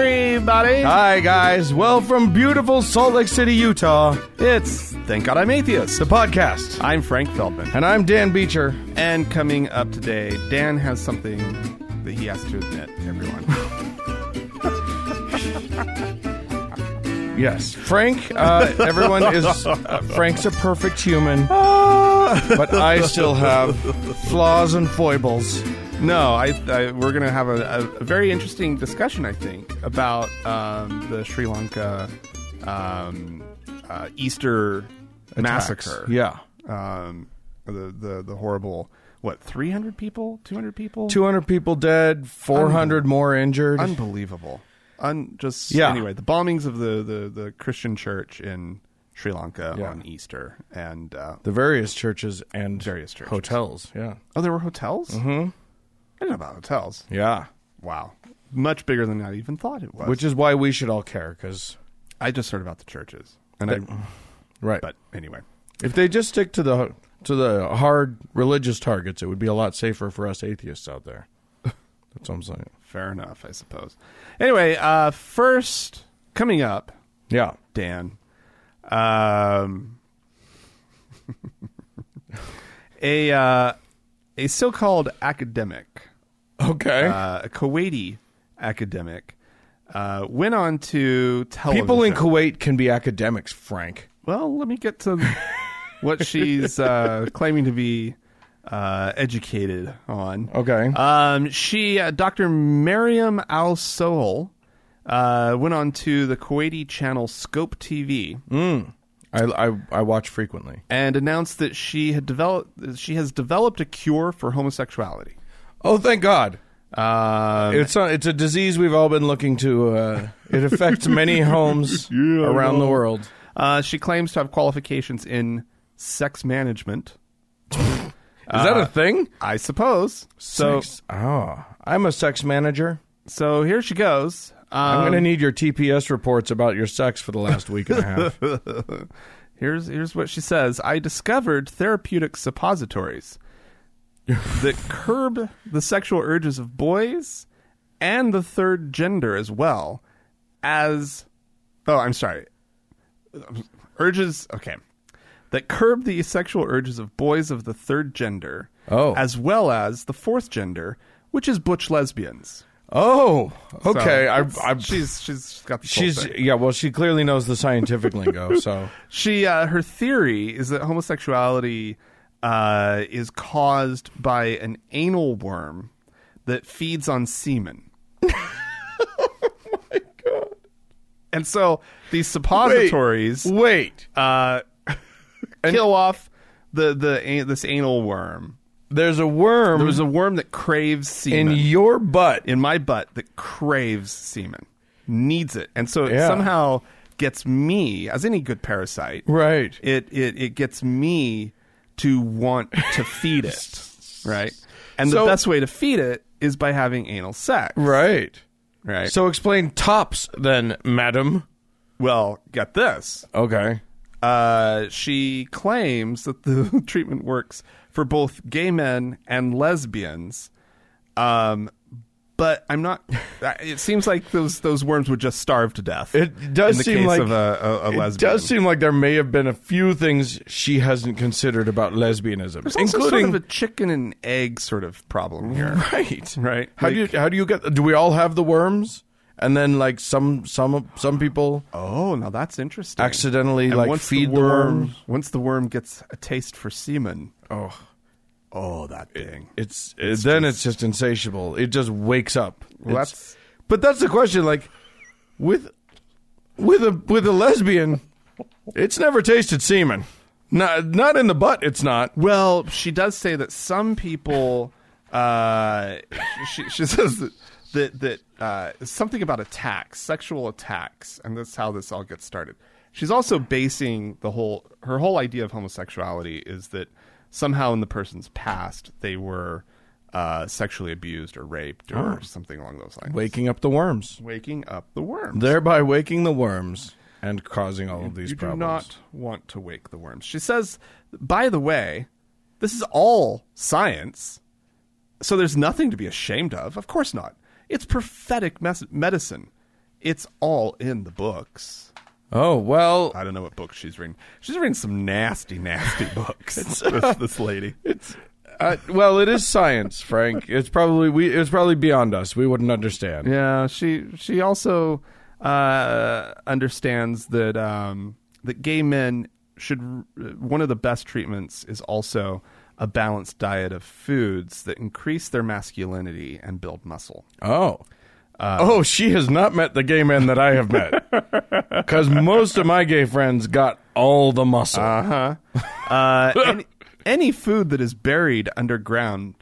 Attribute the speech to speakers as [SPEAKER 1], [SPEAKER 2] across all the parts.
[SPEAKER 1] everybody.
[SPEAKER 2] Hi, guys. Well, from beautiful Salt Lake City, Utah, it's Thank God I'm Atheist, the podcast.
[SPEAKER 1] I'm Frank Feldman.
[SPEAKER 2] And I'm Dan Beecher.
[SPEAKER 1] And coming up today, Dan has something that he has to admit, everyone.
[SPEAKER 2] Yes. Frank, uh, everyone is. Uh, Frank's a perfect human,
[SPEAKER 1] Ah.
[SPEAKER 2] but I still have flaws and foibles.
[SPEAKER 1] no, I, I we're going to have a, a, a very interesting discussion, I think, about um, the Sri Lanka um, uh, Easter massacre.
[SPEAKER 2] Yeah.
[SPEAKER 1] Um, the, the, the horrible, what, 300 people? 200 people?
[SPEAKER 2] 200 people dead, 400 more injured.
[SPEAKER 1] unbelievable. Un- just
[SPEAKER 2] Yeah.
[SPEAKER 1] anyway, the bombings of the, the, the Christian church in Sri Lanka
[SPEAKER 2] Yeah.
[SPEAKER 1] on Easter, and uh,
[SPEAKER 2] the various churches and
[SPEAKER 1] Various churches.
[SPEAKER 2] hotels. Yeah.
[SPEAKER 1] oh, there were hotels. Mm-hmm. I didn't know about hotels.
[SPEAKER 2] Yeah.
[SPEAKER 1] Wow, much bigger than I even thought it was.
[SPEAKER 2] Which is why we should all care, because.
[SPEAKER 1] I just heard about the churches, and I.
[SPEAKER 2] Right.
[SPEAKER 1] But anyway,
[SPEAKER 2] If they just stick to the to the hard religious targets, it would be a lot safer for us atheists out there. That's what I'm saying.
[SPEAKER 1] fair enough, I suppose. Anyway, uh, first coming up,
[SPEAKER 2] Yeah.
[SPEAKER 1] Dan. Um, a uh, a so-called academic.
[SPEAKER 2] Okay.
[SPEAKER 1] uh, a Kuwaiti academic, uh, went on to television.
[SPEAKER 2] People in Kuwait can be academics, Frank.
[SPEAKER 1] well, let me get to what she's uh, claiming to be uh, educated on.
[SPEAKER 2] Okay.
[SPEAKER 1] Um, she, uh, Dr. Mariam Al Sohol, uh, went on to the Kuwaiti channel Scope TV
[SPEAKER 2] I, I I watch frequently.
[SPEAKER 1] and announced that she had developed she has developed a cure for homosexuality.
[SPEAKER 2] Oh, thank God.
[SPEAKER 1] Um,
[SPEAKER 2] It's a, it's a disease we've all been looking to. Uh, it affects many homes around the world.
[SPEAKER 1] Uh, she claims to have qualifications in sex management.
[SPEAKER 2] Is that
[SPEAKER 1] Uh,
[SPEAKER 2] a thing?
[SPEAKER 1] I suppose. So
[SPEAKER 2] Sex- oh, I'm a sex manager.
[SPEAKER 1] so here she goes.
[SPEAKER 2] I'm
[SPEAKER 1] Um,
[SPEAKER 2] going to need your TPS reports about your sex for the last week and a half.
[SPEAKER 1] here's here's what she says. I discovered therapeutic suppositories that curb the sexual urges of boys and the third gender as well as oh, I'm sorry. Urges okay. That curb the sexual urges of boys of the third gender
[SPEAKER 2] Oh.
[SPEAKER 1] as well as the fourth gender, which is butch lesbians.
[SPEAKER 2] Oh,
[SPEAKER 1] So
[SPEAKER 2] okay. I,
[SPEAKER 1] it's-
[SPEAKER 2] I
[SPEAKER 1] she's she's got the
[SPEAKER 2] She's yeah. Well, she clearly knows the scientific lingo. So
[SPEAKER 1] She uh, her theory is that homosexuality uh, is caused by an anal worm that feeds on semen. oh
[SPEAKER 2] Oh
[SPEAKER 1] my god! And so these suppositories
[SPEAKER 2] wait,
[SPEAKER 1] uh, kill off the the a- this anal worm.
[SPEAKER 2] there's a worm
[SPEAKER 1] There's a worm that craves
[SPEAKER 2] in
[SPEAKER 1] semen
[SPEAKER 2] your butt.
[SPEAKER 1] in my butt that craves semen, needs it, and so it
[SPEAKER 2] Yeah.
[SPEAKER 1] somehow gets me, as any good parasite,
[SPEAKER 2] right.
[SPEAKER 1] it it it gets me to want to feed it, right? And
[SPEAKER 2] So-
[SPEAKER 1] the best way to feed it is by having anal sex,
[SPEAKER 2] Right.
[SPEAKER 1] Right. So,
[SPEAKER 2] So explain tops then, madam.
[SPEAKER 1] well, get this.
[SPEAKER 2] Okay.
[SPEAKER 1] Uh, she claims that the treatment works for both gay men and lesbians. Um, but I'm not. It seems like those those worms would just starve to death.
[SPEAKER 2] It does
[SPEAKER 1] in the
[SPEAKER 2] seem
[SPEAKER 1] case
[SPEAKER 2] like
[SPEAKER 1] of a, a, a lesbian.
[SPEAKER 2] It does seem like there may have been a few things she hasn't considered about lesbianism,
[SPEAKER 1] There's also
[SPEAKER 2] including
[SPEAKER 1] sort of a chicken and egg sort of problem here.
[SPEAKER 2] right.
[SPEAKER 1] Right.
[SPEAKER 2] How do you how do you get? Do we all have the worms? And then like some some some people
[SPEAKER 1] Oh, now that's interesting.
[SPEAKER 2] accidentally
[SPEAKER 1] And
[SPEAKER 2] like
[SPEAKER 1] once
[SPEAKER 2] feed
[SPEAKER 1] the worm,
[SPEAKER 2] worms.
[SPEAKER 1] Once the worm gets a taste for semen,
[SPEAKER 2] Oh.
[SPEAKER 1] oh, that thing.
[SPEAKER 2] It's, then it's just insatiable. It just wakes up.
[SPEAKER 1] Well,
[SPEAKER 2] It's-
[SPEAKER 1] that's-
[SPEAKER 2] but that's the question. Like with with a with a lesbian, it's never tasted semen. Not not in the butt. It's not.
[SPEAKER 1] Well, she does say that some people. Uh, she, she says that that, that uh, something about attacks, sexual attacks, and that's how this all gets started. She's also basing the whole her whole idea of homosexuality is that somehow in the person's past they were uh, sexually abused or raped or something along those lines.
[SPEAKER 2] Waking up the worms,
[SPEAKER 1] Waking up the worm.
[SPEAKER 2] thereby waking the worms and causing all of these
[SPEAKER 1] You
[SPEAKER 2] problems.
[SPEAKER 1] do not want to wake the worms. She says, by the way, this is all science, so there's nothing to be ashamed of. Of course not. It's prophetic mes- medicine. it's all in the books.
[SPEAKER 2] Oh well,
[SPEAKER 1] I don't know what books she's reading. She's reading some nasty, nasty books. this, this lady.
[SPEAKER 2] uh, well, it is science, Frank. It's probably we. It's probably beyond us. We wouldn't understand.
[SPEAKER 1] Yeah, she she also uh, understands that um, that gay men should uh, one of the best treatments is also a balanced diet of foods that increase their masculinity and build muscle.
[SPEAKER 2] Oh.
[SPEAKER 1] Uh,
[SPEAKER 2] oh, she has not met the gay men that I have met. Because most of my gay friends got all the muscle.
[SPEAKER 1] Uh, any, any food that is buried underground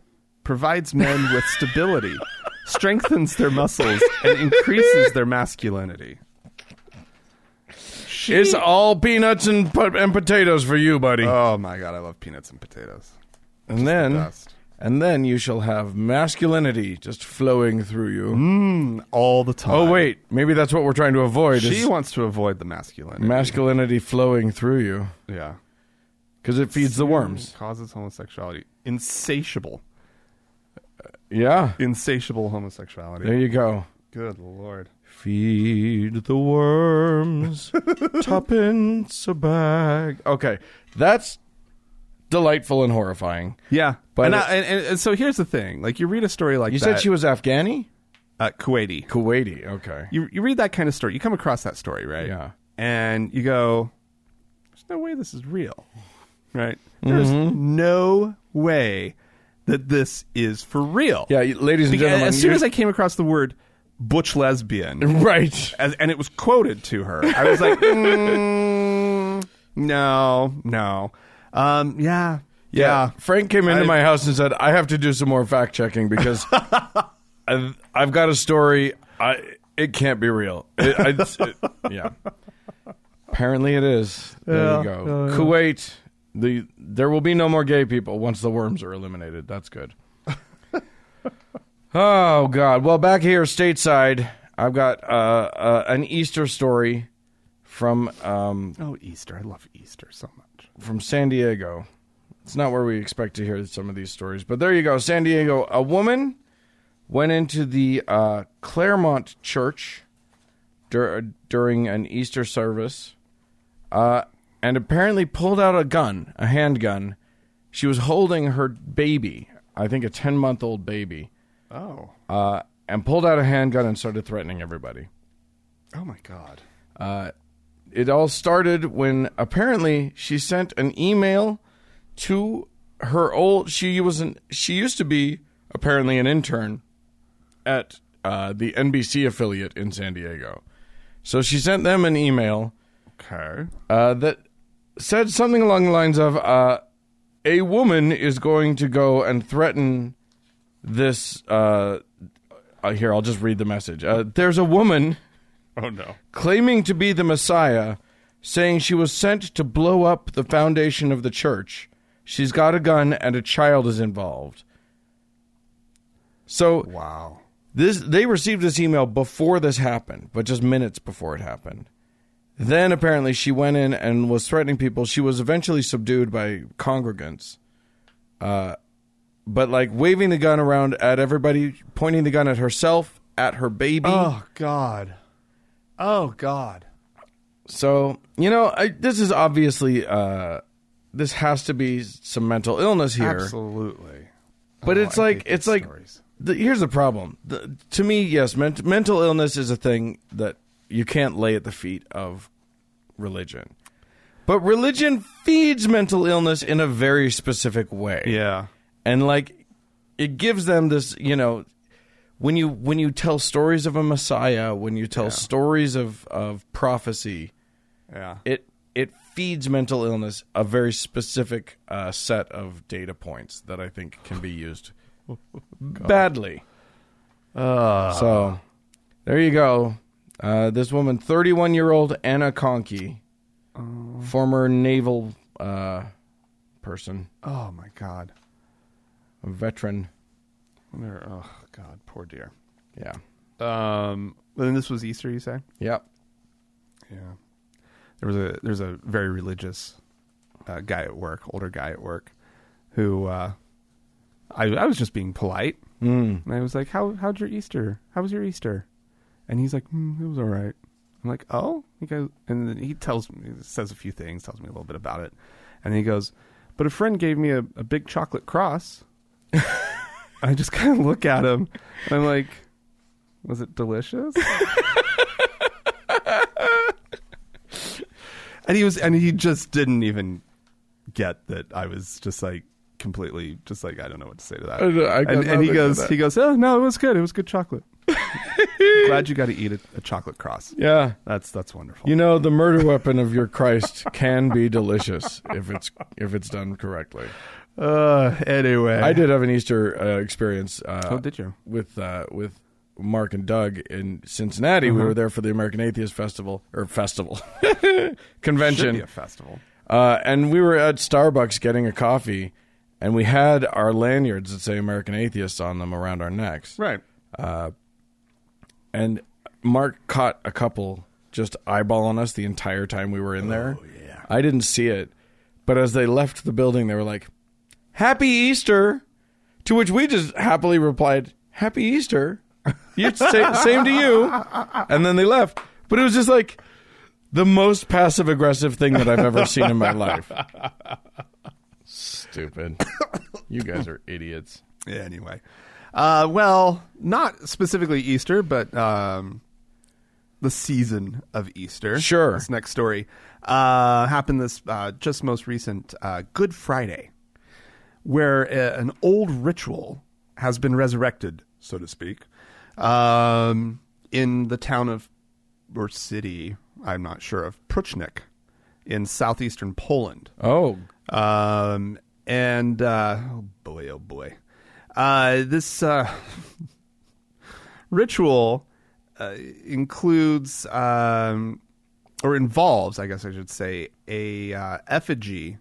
[SPEAKER 1] provides men with stability, strengthens their muscles, and increases their masculinity.
[SPEAKER 2] it's all peanuts and, po- and potatoes for you, buddy.
[SPEAKER 1] Oh my god, I love peanuts and potatoes.
[SPEAKER 2] and then.
[SPEAKER 1] best.
[SPEAKER 2] and then you shall have masculinity just flowing through you.
[SPEAKER 1] Mm. All the time.
[SPEAKER 2] Oh wait, maybe that's what we're trying to avoid
[SPEAKER 1] She
[SPEAKER 2] is
[SPEAKER 1] wants to avoid the masculinity.
[SPEAKER 2] masculinity flowing through you
[SPEAKER 1] yeah. Mm.
[SPEAKER 2] because it feeds the worms.
[SPEAKER 1] Causes homosexuality. Insatiable.
[SPEAKER 2] Yeah,
[SPEAKER 1] Insatiable homosexuality.
[SPEAKER 2] there you go.
[SPEAKER 1] Good lord.
[SPEAKER 2] Feed the worms, tuppence a bag. Okay, that's delightful and horrifying.
[SPEAKER 1] Yeah.
[SPEAKER 2] But
[SPEAKER 1] and,
[SPEAKER 2] it-
[SPEAKER 1] I, and, and, and so here's the thing. Like you read a story like
[SPEAKER 2] You
[SPEAKER 1] that
[SPEAKER 2] said she was Afghani,
[SPEAKER 1] uh, Kuwaiti.
[SPEAKER 2] Kuwaiti. Okay,
[SPEAKER 1] You you read that kind of story. You come across that story, right?
[SPEAKER 2] Yeah.
[SPEAKER 1] And you go, There's no way this is real. Right? There's
[SPEAKER 2] Mm-hmm.
[SPEAKER 1] no way that this is for real.
[SPEAKER 2] yeah, you- ladies and
[SPEAKER 1] Beca-
[SPEAKER 2] gentlemen.
[SPEAKER 1] as soon
[SPEAKER 2] you-
[SPEAKER 1] as I came across the word butch lesbian,
[SPEAKER 2] right,
[SPEAKER 1] as, and it was quoted to her. I was like, mm, no, no, um, yeah, yeah,
[SPEAKER 2] Frank came into
[SPEAKER 1] I-
[SPEAKER 2] my house and said, "I have to do some more fact checking because I've, I've got a story. I it can't be real. It, I, it- yeah. Apparently, it is. There you
[SPEAKER 1] Yeah, Oh,
[SPEAKER 2] go.
[SPEAKER 1] yeah, yeah.
[SPEAKER 2] Kuwait. The there will be no more gay people once the worms are eliminated. That's good. oh God. Well, back here stateside, I've got uh, uh, an Easter story from um,
[SPEAKER 1] Oh, Easter! I love Easter so much.
[SPEAKER 2] from San Diego. It's not where we expect to hear some of these stories, but there you go. San Diego. A woman went into the uh, Claremont Church dur- during an Easter service uh, and apparently pulled out a gun, a handgun. She was holding her baby, I think a 10 month old baby,
[SPEAKER 1] Oh,
[SPEAKER 2] uh, and pulled out a handgun and started threatening everybody.
[SPEAKER 1] oh my God!
[SPEAKER 2] Uh, it all started when apparently she sent an email to her old. She was an, She used to be apparently an intern at uh, the NBC affiliate in San Diego. So she sent them an email
[SPEAKER 1] Okay,
[SPEAKER 2] uh, that said something along the lines of uh, a woman is going to go and threaten this. Uh, uh, here, I'll just read the message. Uh, there's a woman
[SPEAKER 1] oh no,
[SPEAKER 2] claiming to be the Messiah, saying she was sent to blow up the foundation of the church. She's got a gun and a child is involved. So
[SPEAKER 1] wow,
[SPEAKER 2] this they received this email before this happened, but just minutes before it happened. Then apparently she went in and was threatening people. She was eventually subdued by congregants. Uh but like waving the gun around at everybody, pointing the gun at herself, at her baby.
[SPEAKER 1] oh God, oh God,
[SPEAKER 2] So you know, I, this is obviously uh, this has to be some mental illness here.
[SPEAKER 1] absolutely.
[SPEAKER 2] But
[SPEAKER 1] Oh,
[SPEAKER 2] it's
[SPEAKER 1] I
[SPEAKER 2] like
[SPEAKER 1] hate these
[SPEAKER 2] it's like
[SPEAKER 1] stories.
[SPEAKER 2] the, here's the problem. The, to me, yes, ment- mental illness is a thing that you can't lay at the feet of religion. But religion feeds mental illness in a very specific way
[SPEAKER 1] yeah,
[SPEAKER 2] and like it gives them this you know when you when you tell stories of a messiah when you tell stories of of prophecy
[SPEAKER 1] yeah,
[SPEAKER 2] it it feeds mental illness a very specific uh, set of data points that I think can be used badly. so there you go. Uh, this woman, 31 year old Anna Conkey, Oh. former naval uh, person,
[SPEAKER 1] oh my God,
[SPEAKER 2] a veteran.
[SPEAKER 1] They're- oh God, poor dear.
[SPEAKER 2] Yeah.
[SPEAKER 1] Um, and this was Easter, you say?
[SPEAKER 2] Yep.
[SPEAKER 1] Yeah. There was a there's a very religious uh, guy at work, older guy at work, who uh, I I was just being polite,
[SPEAKER 2] Mm.
[SPEAKER 1] Mm. and I was like, "How how'd your Easter? How was your Easter?" And he's like, mm, it was all right. I'm like, oh, he goes, and then he tells me, he says a few things, tells me a little bit about it, and then he goes, but a friend gave me a, a big chocolate cross. I just kind of look at him. And I'm like, was it delicious? and he was, and he just didn't even get that I was just like completely, just like I don't know what to say to that.
[SPEAKER 2] I know, I got
[SPEAKER 1] and, and he
[SPEAKER 2] nothing for
[SPEAKER 1] goes,
[SPEAKER 2] that.
[SPEAKER 1] he goes, oh no, it was good. It was good chocolate. Glad you got to eat a, a chocolate cross.
[SPEAKER 2] Yeah.
[SPEAKER 1] That's that's wonderful.
[SPEAKER 2] You know, the murder weapon of your Christ can be delicious if it's if it's done correctly.
[SPEAKER 1] uh, anyway,
[SPEAKER 2] I did have an Easter uh, experience. Uh,
[SPEAKER 1] Oh, did you?
[SPEAKER 2] with uh, with Mark and Doug in Cincinnati?
[SPEAKER 1] Uh-huh.
[SPEAKER 2] We were there for the American Atheist Festival or festival
[SPEAKER 1] Should
[SPEAKER 2] convention,
[SPEAKER 1] be a festival.
[SPEAKER 2] uh, and we were at Starbucks getting a coffee, and we had our lanyards that say American Atheists on them around our necks.
[SPEAKER 1] Right.
[SPEAKER 2] And Mark caught a couple just eyeballing us the entire time we were in there.
[SPEAKER 1] yeah.
[SPEAKER 2] I didn't see it, but as they left the building, they were like, "Happy Easter," to which we just happily replied, "Happy Easter." You say, same to you, and then they left. But it was just like the most passive aggressive thing that I've ever seen in my life. Stupid. You guys are idiots.
[SPEAKER 1] Anyway, uh, well, not specifically Easter, but um, the season of Easter.
[SPEAKER 2] Sure.
[SPEAKER 1] This next story uh, happened this uh, just most recent uh, Good Friday, where uh, an old ritual has been resurrected, so to speak, um, in the town of or city, I'm not sure of Pruchnik, in southeastern Poland.
[SPEAKER 2] Oh,
[SPEAKER 1] Um, and uh, oh boy, oh boy, uh, this uh, ritual uh, includes um, or involves, I guess I should say, a uh, effigy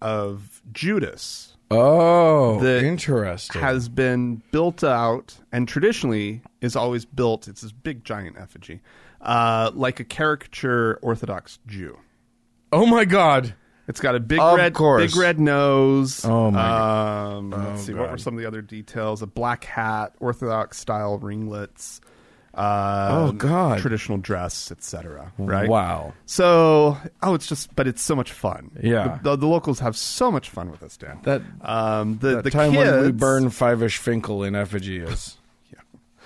[SPEAKER 1] of Judas
[SPEAKER 2] oh,
[SPEAKER 1] The-
[SPEAKER 2] interesting.
[SPEAKER 1] has been built out and traditionally is always built. It's this big giant effigy, uh, like a caricature Orthodox Jew.
[SPEAKER 2] oh my God.
[SPEAKER 1] It's got a big
[SPEAKER 2] Of
[SPEAKER 1] red,
[SPEAKER 2] course.
[SPEAKER 1] big red nose.
[SPEAKER 2] Oh,
[SPEAKER 1] my! Um, let's see. What
[SPEAKER 2] God.
[SPEAKER 1] were some of the other details? A black hat, Orthodox style ringlets. Uh,
[SPEAKER 2] Oh, God.
[SPEAKER 1] Traditional dress, etc. Right?
[SPEAKER 2] Wow.
[SPEAKER 1] So, oh, it's just, but it's so much fun.
[SPEAKER 2] Yeah.
[SPEAKER 1] the, the, the locals have so much fun with this, Dan.
[SPEAKER 2] That
[SPEAKER 1] um, the
[SPEAKER 2] the
[SPEAKER 1] the
[SPEAKER 2] time
[SPEAKER 1] kids,
[SPEAKER 2] when we burn Fivish Finkel in effigy is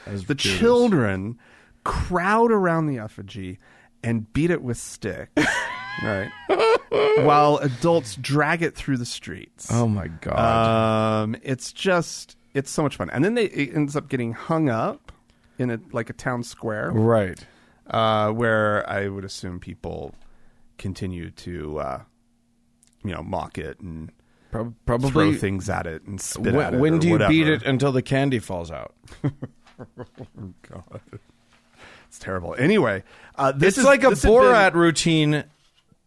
[SPEAKER 2] as
[SPEAKER 1] the
[SPEAKER 2] Judas.
[SPEAKER 1] children crowd around the effigy and beat it with sticks, right? While adults drag it through the streets.
[SPEAKER 2] Oh my god!
[SPEAKER 1] Um, it's just it's so much fun, and then they it ends up getting hung up in a like a town square,
[SPEAKER 2] right.
[SPEAKER 1] uh, where I would assume people continue to, uh, you know, mock it and
[SPEAKER 2] Prob-
[SPEAKER 1] throw
[SPEAKER 2] probably.
[SPEAKER 1] things at it and spit at
[SPEAKER 2] When,
[SPEAKER 1] it.
[SPEAKER 2] when
[SPEAKER 1] or
[SPEAKER 2] do you beat
[SPEAKER 1] whatever.
[SPEAKER 2] it until the candy falls out?
[SPEAKER 1] It's terrible. Anyway, uh, this
[SPEAKER 2] It's
[SPEAKER 1] is
[SPEAKER 2] like a
[SPEAKER 1] this had been-
[SPEAKER 2] Borat routine,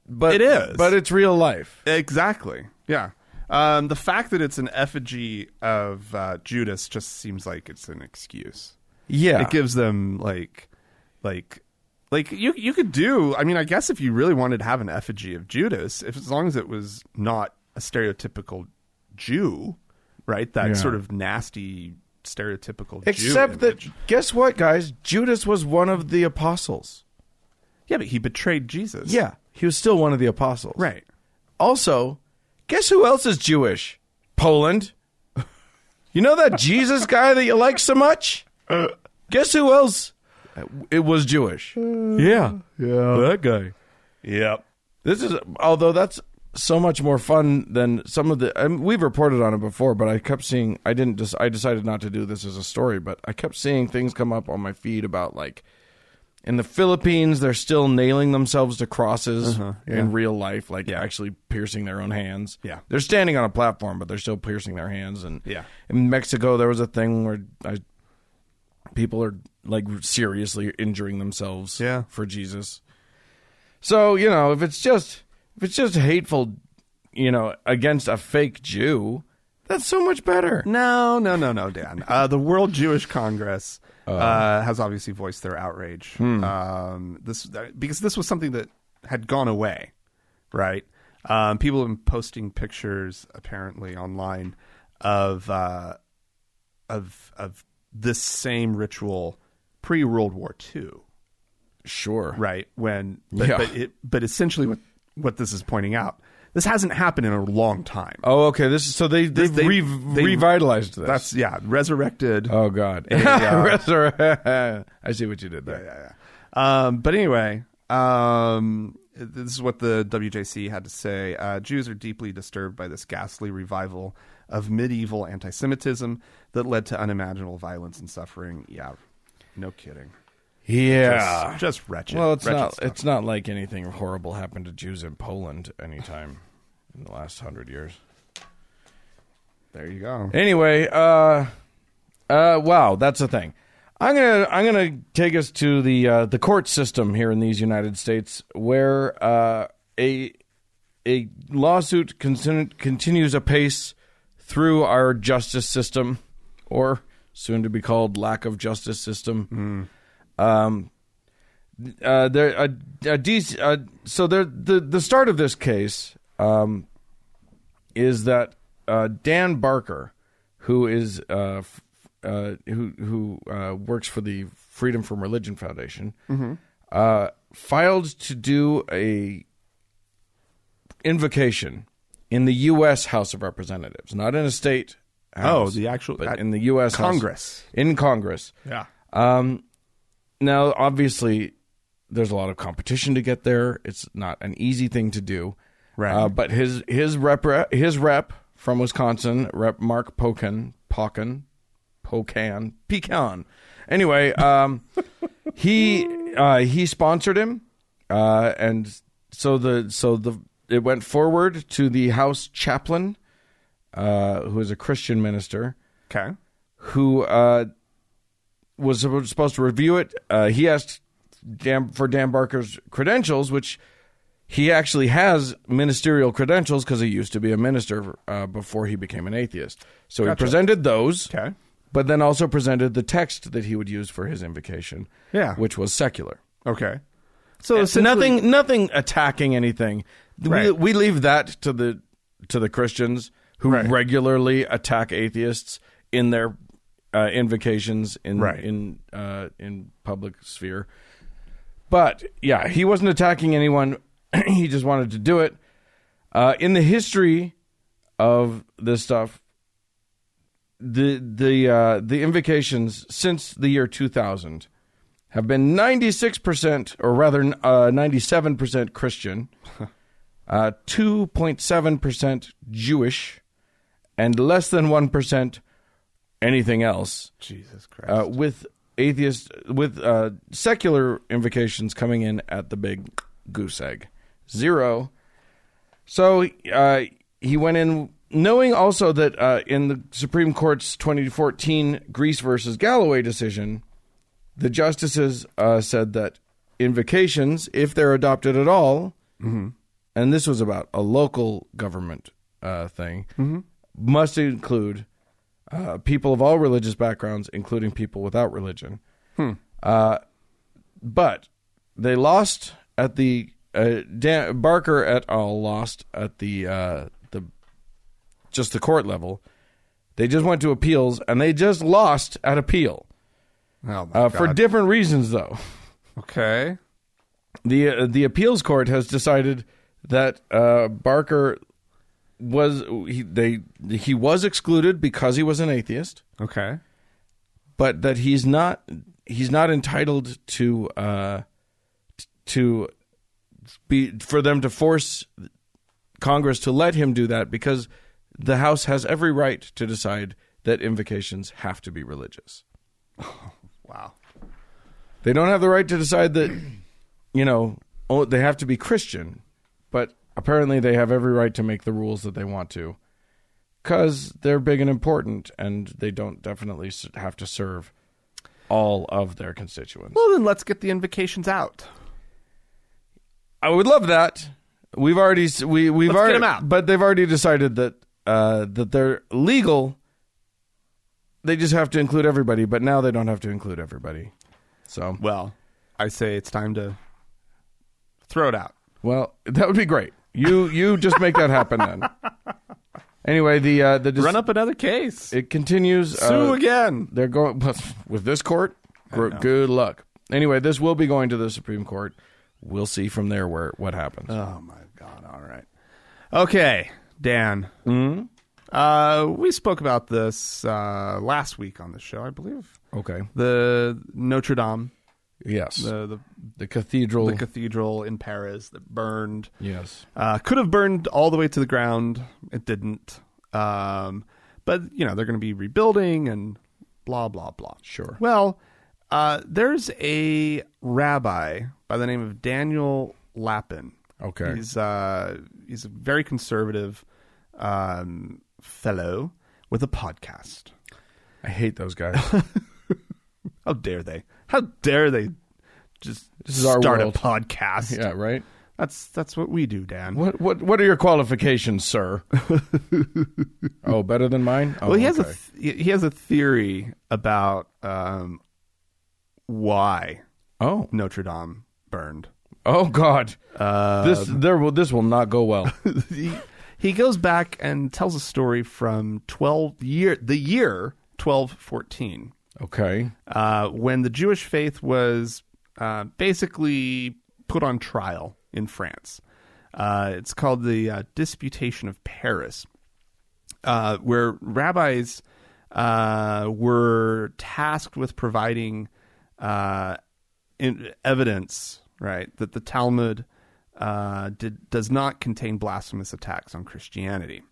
[SPEAKER 2] but
[SPEAKER 1] It is.
[SPEAKER 2] But it's real life.
[SPEAKER 1] Exactly. Yeah. Um, the fact that it's an effigy of uh, Judas just seems like it's an excuse.
[SPEAKER 2] Yeah.
[SPEAKER 1] it gives them like like like you you could do i mean i guess if you really wanted to have an effigy of judas if as long as it was not a stereotypical jew right that
[SPEAKER 2] Yeah.
[SPEAKER 1] sort of nasty stereotypical
[SPEAKER 2] Except
[SPEAKER 1] jew
[SPEAKER 2] that,
[SPEAKER 1] image.
[SPEAKER 2] guess what, guys? Judas was one of the apostles.
[SPEAKER 1] yeah but he betrayed jesus
[SPEAKER 2] Yeah, he was still one of the apostles.
[SPEAKER 1] right
[SPEAKER 2] Also, guess who else is Jewish? Poland. You know that Jesus guy that you like so much? Guess who else? It was Jewish. yeah.
[SPEAKER 1] yeah
[SPEAKER 2] That guy.
[SPEAKER 1] yep
[SPEAKER 2] This is although that's so much more fun than some of the I mean, we've reported on it before, but I kept seeing I didn't just I decided not to do this as a story, but I kept seeing things come up on my feed about like in the Philippines they're still nailing themselves to crosses
[SPEAKER 1] Uh-huh,
[SPEAKER 2] in real life, like actually piercing their own hands.
[SPEAKER 1] Yeah.
[SPEAKER 2] They're standing on a platform, but they're still piercing their hands and
[SPEAKER 1] Yeah.
[SPEAKER 2] in Mexico there was a thing where I people are like seriously injuring themselves
[SPEAKER 1] Yeah.
[SPEAKER 2] for Jesus. So you know, if it's just if it's just hateful, you know, against a fake Jew, that's so much better.
[SPEAKER 1] No, no, no, no, Dan. Uh, the World Jewish Congress
[SPEAKER 2] Oh.
[SPEAKER 1] uh, has obviously voiced their outrage.
[SPEAKER 2] Hmm.
[SPEAKER 1] Um, this because this was something that had gone away, right? Um, people have been posting pictures apparently online of uh, of of this same ritual pre World War II,
[SPEAKER 2] Sure.
[SPEAKER 1] right? When but,
[SPEAKER 2] Yeah.
[SPEAKER 1] but it but essentially what what this is pointing out, this hasn't happened in a long time.
[SPEAKER 2] Oh, okay. This is so they they've
[SPEAKER 1] they-
[SPEAKER 2] re-
[SPEAKER 1] they-
[SPEAKER 2] revitalized this.
[SPEAKER 1] That's yeah, resurrected.
[SPEAKER 2] oh God.
[SPEAKER 1] Yeah.
[SPEAKER 2] Resurre- I see what you did there.
[SPEAKER 1] yeah, yeah. Um, but anyway, um, this is what the WJC had to say. Uh, Jews are deeply disturbed by this ghastly revival of medieval anti-Semitism that led to unimaginable violence and suffering. Yeah, no kidding.
[SPEAKER 2] Yeah.
[SPEAKER 1] Just, just wretched.
[SPEAKER 2] well, it's
[SPEAKER 1] wretched
[SPEAKER 2] not
[SPEAKER 1] stuff.
[SPEAKER 2] it's not like anything horrible happened to Jews in Poland anytime in the last hundred years.
[SPEAKER 1] there you go.
[SPEAKER 2] Anyway, uh, uh, wow, that's a thing. I'm gonna I'm gonna take us to the uh, the court system here in these United States, where uh, a a lawsuit con- continues apace through our justice system, or soon to be called lack of justice system. Um, uh, there a, a dec- uh, so there the the start of this case um, is that uh, Dan Barker, who is uh, f- uh, who who uh, works for the Freedom from Religion Foundation,
[SPEAKER 1] Mm-hmm.
[SPEAKER 2] uh, filed to do a invocation in the U.S. House of Representatives, not in a state.
[SPEAKER 1] Oh,
[SPEAKER 2] House,
[SPEAKER 1] the actual
[SPEAKER 2] but
[SPEAKER 1] at
[SPEAKER 2] in the U.S. House-
[SPEAKER 1] Congress.
[SPEAKER 2] in Congress.
[SPEAKER 1] Yeah.
[SPEAKER 2] Um, now, obviously, there's a lot of competition to get there. It's not an easy thing to do.
[SPEAKER 1] Right.
[SPEAKER 2] Uh, but his his rep his rep from Wisconsin, Rep Mark Pocan, Pocan, Pocan, Pecan. Anyway, um, he uh, he sponsored him, uh, and so the so the it went forward to the House chaplain, uh, who is a Christian minister
[SPEAKER 1] Okay.
[SPEAKER 2] who uh, was supp- supposed to review it. Uh, he asked Dan, for Dan Barker's credentials, which he actually has ministerial credentials because he used to be a minister uh, before he became an atheist. So he presented those,
[SPEAKER 1] Okay.
[SPEAKER 2] but then also presented the text that he would use for his invocation,
[SPEAKER 1] Yeah.
[SPEAKER 2] which was secular.
[SPEAKER 1] Okay. So
[SPEAKER 2] So
[SPEAKER 1] essentially-
[SPEAKER 2] Eh, nothing, nothing attacking anything. We,
[SPEAKER 1] Right.
[SPEAKER 2] we leave that to the to the Christians who
[SPEAKER 1] Right.
[SPEAKER 2] regularly attack atheists in their uh, invocations in
[SPEAKER 1] Right.
[SPEAKER 2] in uh, in public sphere. But yeah, he wasn't attacking anyone. he just wanted to do it. Uh, in the history of this stuff, the the uh, the invocations since the year 2000 have been 96% or rather uh, 97% christian uh, 2.7% jewish and less than 1% anything else
[SPEAKER 1] Jesus Christ.
[SPEAKER 2] uh, with atheist with uh, secular invocations coming in at the big goose egg zero so uh, he went in knowing also that uh, in the supreme court's 2014 greece versus galloway decision the justices uh, said that invocations if they're adopted at all and this was about a local government uh, thing, must include uh, people of all religious backgrounds, including people without religion. Uh, but they lost at the uh, Dan- Barker et al. lost at the uh, the just the court level. They just went to appeals and they just lost at appeal
[SPEAKER 1] oh my
[SPEAKER 2] uh,
[SPEAKER 1] God.
[SPEAKER 2] for different reasons, though.
[SPEAKER 1] okay.
[SPEAKER 2] the uh, the appeals court has decided that uh, Barker was he, they he was excluded because he was an atheist,
[SPEAKER 1] Okay.
[SPEAKER 2] but that he's not he's not entitled to uh, t- to be for them to force Congress to let him do that because the House has every right to decide that invocations have to be religious.
[SPEAKER 1] Wow.
[SPEAKER 2] They don't have the right to decide that, you know, oh, they have to be Christian, but apparently they have every right to make the rules that they want to because they're big and important and they don't definitely s- have to serve all of their constituents.
[SPEAKER 1] Well, then let's get the invocations out.
[SPEAKER 2] I would love that. We've already s- we we've
[SPEAKER 1] Let's get
[SPEAKER 2] already
[SPEAKER 1] 'em out.
[SPEAKER 2] but they've already decided that uh, that they're legal. They just have to include everybody, but now they don't have to include everybody. So
[SPEAKER 1] Well, I say it's time to throw it out.
[SPEAKER 2] Well, that would be great. You you just make that happen then. Anyway, the uh, the dis-
[SPEAKER 1] Run up another case.
[SPEAKER 2] it continues.
[SPEAKER 1] Sue
[SPEAKER 2] Uh,
[SPEAKER 1] again.
[SPEAKER 2] they're going with this court. Gr- Good luck. Anyway, this will be going to the Supreme Court. We'll see from there where what happens.
[SPEAKER 1] Oh my god! All right. Okay, Dan. Mm-hmm. Uh, we spoke about this uh, last week on the show, I believe.
[SPEAKER 2] okay.
[SPEAKER 1] The Notre Dame,
[SPEAKER 2] Yes. The,
[SPEAKER 1] the the,
[SPEAKER 2] cathedral.
[SPEAKER 1] the cathedral in Paris that burned.
[SPEAKER 2] yes.
[SPEAKER 1] Uh, could have burned all the way to the ground. It didn't. Um, but you know they're going to be rebuilding and blah blah blah.
[SPEAKER 2] Sure.
[SPEAKER 1] Well, uh, there's a rabbi by the name of Daniel Lappin.
[SPEAKER 2] Okay.
[SPEAKER 1] He's uh, he's a very conservative um, fellow with a podcast.
[SPEAKER 2] I hate those guys.
[SPEAKER 1] How dare they? How dare they? Just
[SPEAKER 2] is our
[SPEAKER 1] start
[SPEAKER 2] world.
[SPEAKER 1] a podcast.
[SPEAKER 2] yeah. Right.
[SPEAKER 1] That's that's what we do, Dan.
[SPEAKER 2] What what what are your qualifications, sir? oh, better than mine. Oh,
[SPEAKER 1] Well, he has
[SPEAKER 2] okay.
[SPEAKER 1] a th- he has a theory about um, why
[SPEAKER 2] oh
[SPEAKER 1] Notre Dame burned.
[SPEAKER 2] oh God.
[SPEAKER 1] uh,
[SPEAKER 2] this there will this will not go well.
[SPEAKER 1] he, he goes back and tells a story from twelve year the year twelve fourteen,
[SPEAKER 2] Okay.
[SPEAKER 1] uh, when the Jewish faith was uh, basically put on trial in France. Uh, it's called the uh, Disputation of Paris, uh, where rabbis uh, were tasked with providing uh, in, evidence, right, that the Talmud uh, did, does not contain blasphemous attacks on Christianity.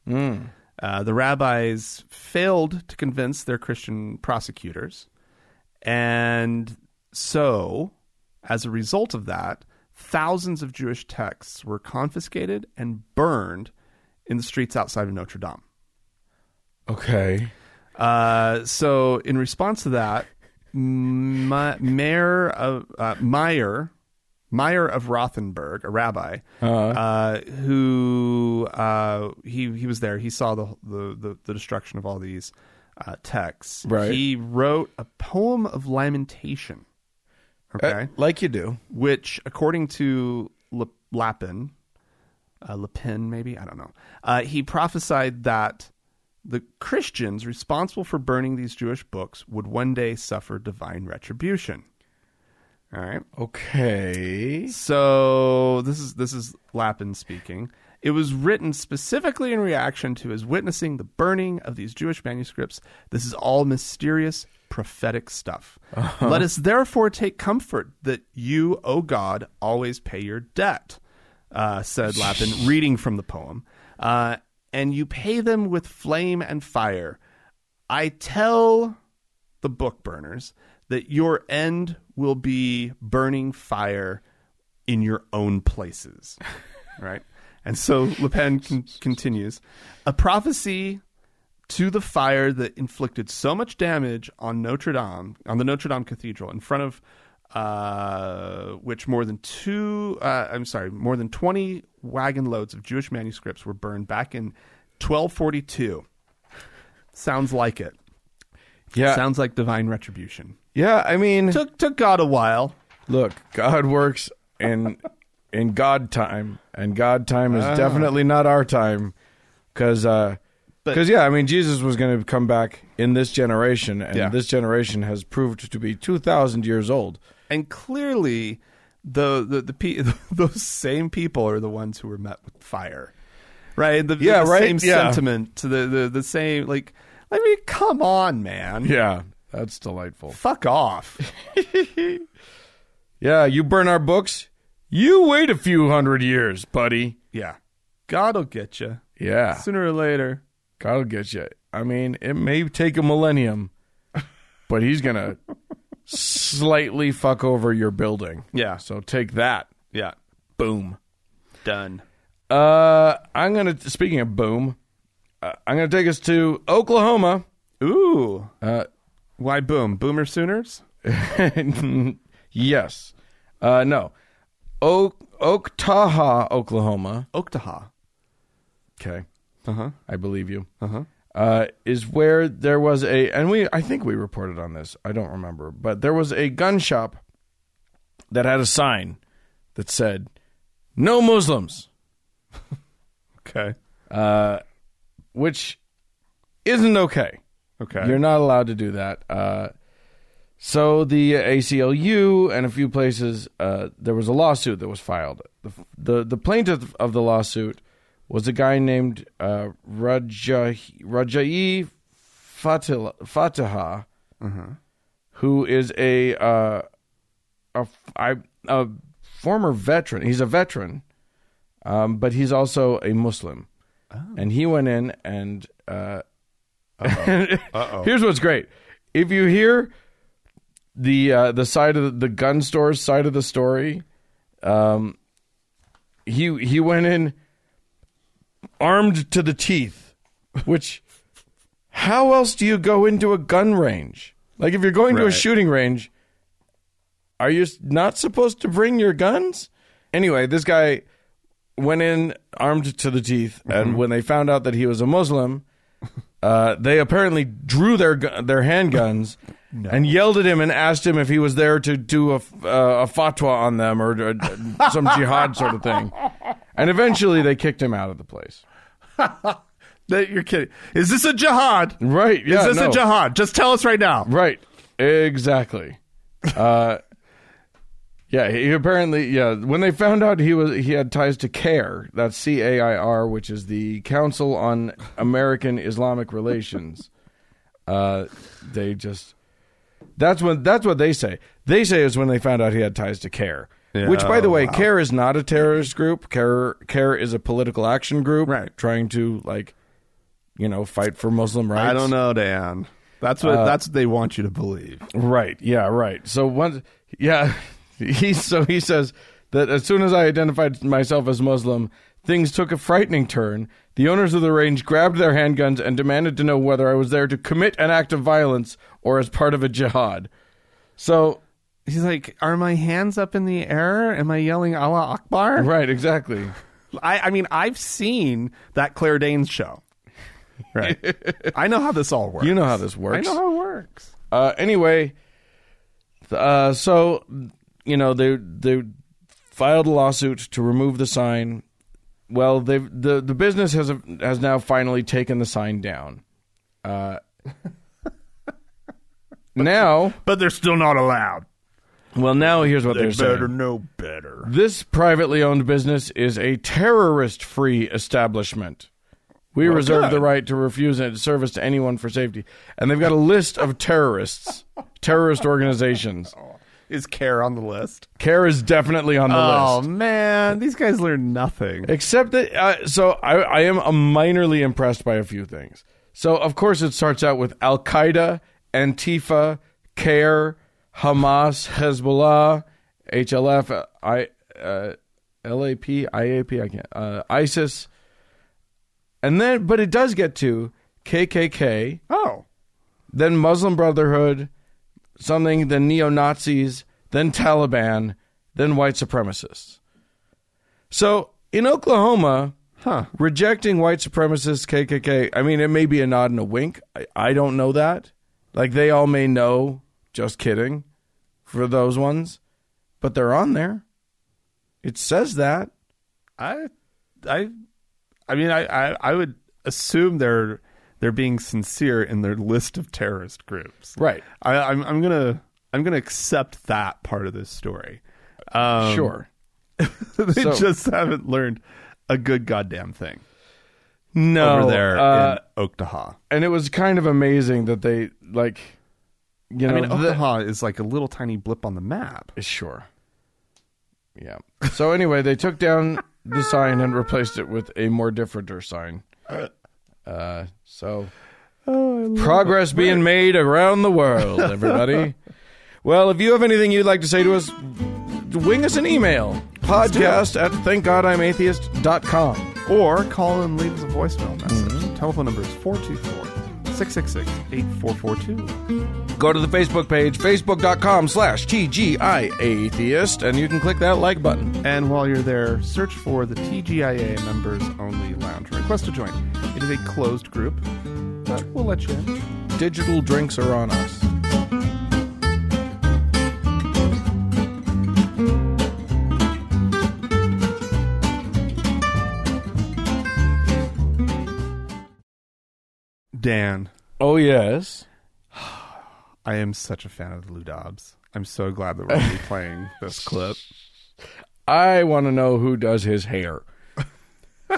[SPEAKER 1] Uh, the rabbis failed to convince their Christian prosecutors, and so, as a result of that, thousands of Jewish texts were confiscated and burned in the streets outside of Notre Dame.
[SPEAKER 2] Okay.
[SPEAKER 1] Uh, so, in response to that, M- Mayor of uh, Meyer, Meyer of Rothenburg, a rabbi, uh, who uh, he he was there. He saw the the the, the destruction of all these uh, texts.
[SPEAKER 2] Right.
[SPEAKER 1] He wrote a poem of lamentation.
[SPEAKER 2] Uh,
[SPEAKER 1] Okay,
[SPEAKER 2] like you do.
[SPEAKER 1] which, according to Le- Lapin, uh, Le Pen, maybe I don't know, uh, he prophesied that the Christians responsible for burning these Jewish books would one day suffer divine retribution. All right.
[SPEAKER 2] Okay.
[SPEAKER 1] So this is this is Lapin speaking. It was written specifically in reaction to his witnessing the burning of these Jewish manuscripts. This is all mysterious prophetic stuff. Let us therefore take comfort that you, O God, always pay your debt, uh, said Lapin, reading from the poem. Uh, and you pay them with flame and fire. I tell the book burners that your end will be burning fire in your own places. right? And so Le Pen con- continues a prophecy to the fire that inflicted so much damage on Notre Dame, on the Notre Dame Cathedral, in front of uh, which more than two, uh, I'm sorry, more than 20 wagon loads of Jewish manuscripts were burned back in 1242. Sounds like it.
[SPEAKER 2] Yeah.
[SPEAKER 1] Sounds like divine retribution.
[SPEAKER 2] yeah. I mean,
[SPEAKER 1] Took took God a while.
[SPEAKER 2] look, God works in in God time, and God time
[SPEAKER 1] Ah.
[SPEAKER 2] is definitely not our time, because
[SPEAKER 1] But-
[SPEAKER 2] yeah, I mean, Jesus was going to come back in this generation, and
[SPEAKER 1] Yeah.
[SPEAKER 2] this generation has proved to be two thousand years old.
[SPEAKER 1] And clearly, the the, the pe- those same people are the ones who were met with fire, right? The,
[SPEAKER 2] Yeah,
[SPEAKER 1] the
[SPEAKER 2] right?
[SPEAKER 1] Same
[SPEAKER 2] Yeah.
[SPEAKER 1] sentiment to the, the the same like. I mean, come on, man.
[SPEAKER 2] Yeah, that's delightful.
[SPEAKER 1] Fuck off.
[SPEAKER 2] Yeah, you burn our books. You wait a few hundred years, buddy.
[SPEAKER 1] yeah, God'll get you
[SPEAKER 2] Yeah,
[SPEAKER 1] sooner or later.
[SPEAKER 2] God'll get you. I mean, it may take a millennium, but he's gonna slightly fuck over your building.
[SPEAKER 1] Yeah,
[SPEAKER 2] So take that.
[SPEAKER 1] yeah.
[SPEAKER 2] Boom.
[SPEAKER 1] Done.
[SPEAKER 2] Uh, I'm gonna. Speaking of boom, uh, I'm gonna take us to Oklahoma.
[SPEAKER 1] Ooh,
[SPEAKER 2] Uh,
[SPEAKER 1] why boom? Boomer Sooners.
[SPEAKER 2] yes. Uh, no. O- Oktaha, Oklahoma.
[SPEAKER 1] Oktaha.
[SPEAKER 2] Okay,
[SPEAKER 1] Uh huh.
[SPEAKER 2] I believe you.
[SPEAKER 1] Uh huh.
[SPEAKER 2] uh, is where there was a, and we, I think we reported on this. I don't remember, but there was a gun shop that had a sign that said "No Muslims,"
[SPEAKER 1] Okay.
[SPEAKER 2] uh, which isn't okay.
[SPEAKER 1] Okay.
[SPEAKER 2] You're not allowed to do that. Uh, So the ACLU and a few places, uh, there was a lawsuit that was filed. The, the the plaintiff of the lawsuit was a guy named uh, Rajai Rajai Fatil- Fataha, who is a uh, a, f- I- a former veteran. He's a veteran, um, but he's also a Muslim. And he went in and. Uh, Here's what's great. If you hear the uh, the side of the, the gun store's side of the story, um, he he went in armed to the teeth, which how else do you go into a gun range? Like if you're going to a
[SPEAKER 1] Right.
[SPEAKER 2] shooting range, are you s- not supposed to bring your guns? Anyway, this guy went in armed to the teeth, and when they found out that he was a Muslim, uh, they apparently drew their gu- their handguns and yelled at him and asked him if he was there to do a, f- uh, a fatwa on them or uh, some jihad sort of thing. And eventually, they kicked him out of the place.
[SPEAKER 1] That you're kidding. Is this a jihad?
[SPEAKER 2] Right? Yeah.
[SPEAKER 1] Is this
[SPEAKER 2] no.
[SPEAKER 1] a jihad? Just tell us right now.
[SPEAKER 2] Right. Exactly. Uh, yeah, he apparently yeah, when they found out he was he had ties to CARE, that's C A I R, which is the Council on American Islamic Relations. Uh, they just that's when that's what they say. They say is when they found out he had ties to CARE. Which by the way, CARE is not a terrorist group. CARE CARE is a political action group
[SPEAKER 1] Right.
[SPEAKER 2] trying to like you know, fight for Muslim rights.
[SPEAKER 1] I don't know, Dan. That's what that's what they want you to believe.
[SPEAKER 2] Right. Yeah. Right. So once, yeah, he so he says that as soon as I identified myself as Muslim, things took a frightening turn. The owners of the range grabbed their handguns and demanded to know whether I was there to commit an act of violence or as part of a jihad. So
[SPEAKER 1] He's like, are my hands up in the air? Am I yelling Allah Akbar?
[SPEAKER 2] right, exactly.
[SPEAKER 1] I, I mean, I've seen that Claire Danes show. Right. I know how this all works.
[SPEAKER 2] You know how this works.
[SPEAKER 1] I know how it works.
[SPEAKER 2] Uh, anyway, uh, so you know they they filed a lawsuit to remove the sign. Well, they have the the business has a, has now finally taken the sign down. Uh, now,
[SPEAKER 1] But they're still not allowed.
[SPEAKER 2] well, now here's what are saying.
[SPEAKER 1] know better.
[SPEAKER 2] This privately owned business is a terrorist free establishment. We reserve
[SPEAKER 1] good.
[SPEAKER 2] the right to refuse it- service to anyone for safety. And they've got a list of terrorists, terrorist organizations.
[SPEAKER 1] Is care on the list?
[SPEAKER 2] Care is definitely on the
[SPEAKER 1] Oh
[SPEAKER 2] list.
[SPEAKER 1] man, these guys learn nothing.
[SPEAKER 2] Except that, uh, so I, I am uh, minorly impressed by a few things. So, of course, it starts out with Al Qaeda, Antifa, CARE, Hamas, Hezbollah, HLF, uh, I, uh, LAP, IAP, I can't, uh, ISIS. And then, but it does get to KKK,
[SPEAKER 1] Oh,
[SPEAKER 2] then Muslim Brotherhood, something, then neo Nazis, then Taliban, then white supremacists. So in Oklahoma,
[SPEAKER 1] huh.
[SPEAKER 2] rejecting white supremacists, KKK, I mean, it may be a nod and a wink. I, I don't know that. Like they all may know, just kidding, for those ones, but they're on there. It says that.
[SPEAKER 1] I, I, I mean, I, I, I would assume they're they're being sincere in their list of terrorist groups.
[SPEAKER 2] Right.
[SPEAKER 1] I, I'm, I'm gonna, I'm gonna accept that part of this story. Um,
[SPEAKER 2] Sure.
[SPEAKER 1] they
[SPEAKER 2] So-
[SPEAKER 1] just haven't learned a good goddamn thing
[SPEAKER 2] No.
[SPEAKER 1] over there
[SPEAKER 2] uh,
[SPEAKER 1] in Oktaha.
[SPEAKER 2] and it was kind of amazing that they, like, you
[SPEAKER 1] I
[SPEAKER 2] know,
[SPEAKER 1] mean,
[SPEAKER 2] oh, the-
[SPEAKER 1] Oktaha is like a little tiny blip on the map.
[SPEAKER 2] Sure. Yeah. So anyway, they took down the sign and replaced it with a more differenter sign. Uh, so progress being made around the world, everybody. well, if you have anything you'd like to say to us, wing us an email. Podcast at thankgodimatheist.com.
[SPEAKER 1] Or call and leave us a voicemail message.
[SPEAKER 2] Mm-hmm.
[SPEAKER 1] Telephone number is 424 666 8442.
[SPEAKER 2] Go to the Facebook page, facebook.com slash TGI Atheist, and you can click that like button.
[SPEAKER 1] And while you're there, search for the TGIA Members Only Lounge. Request to join. It is a closed group, but we'll let you in.
[SPEAKER 2] digital drinks are on us.
[SPEAKER 1] Dan,
[SPEAKER 2] Oh yes.
[SPEAKER 1] I am such a fan of Lou Dobbs. I'm so glad that we're replaying this clip.
[SPEAKER 2] I want to know who does his hair.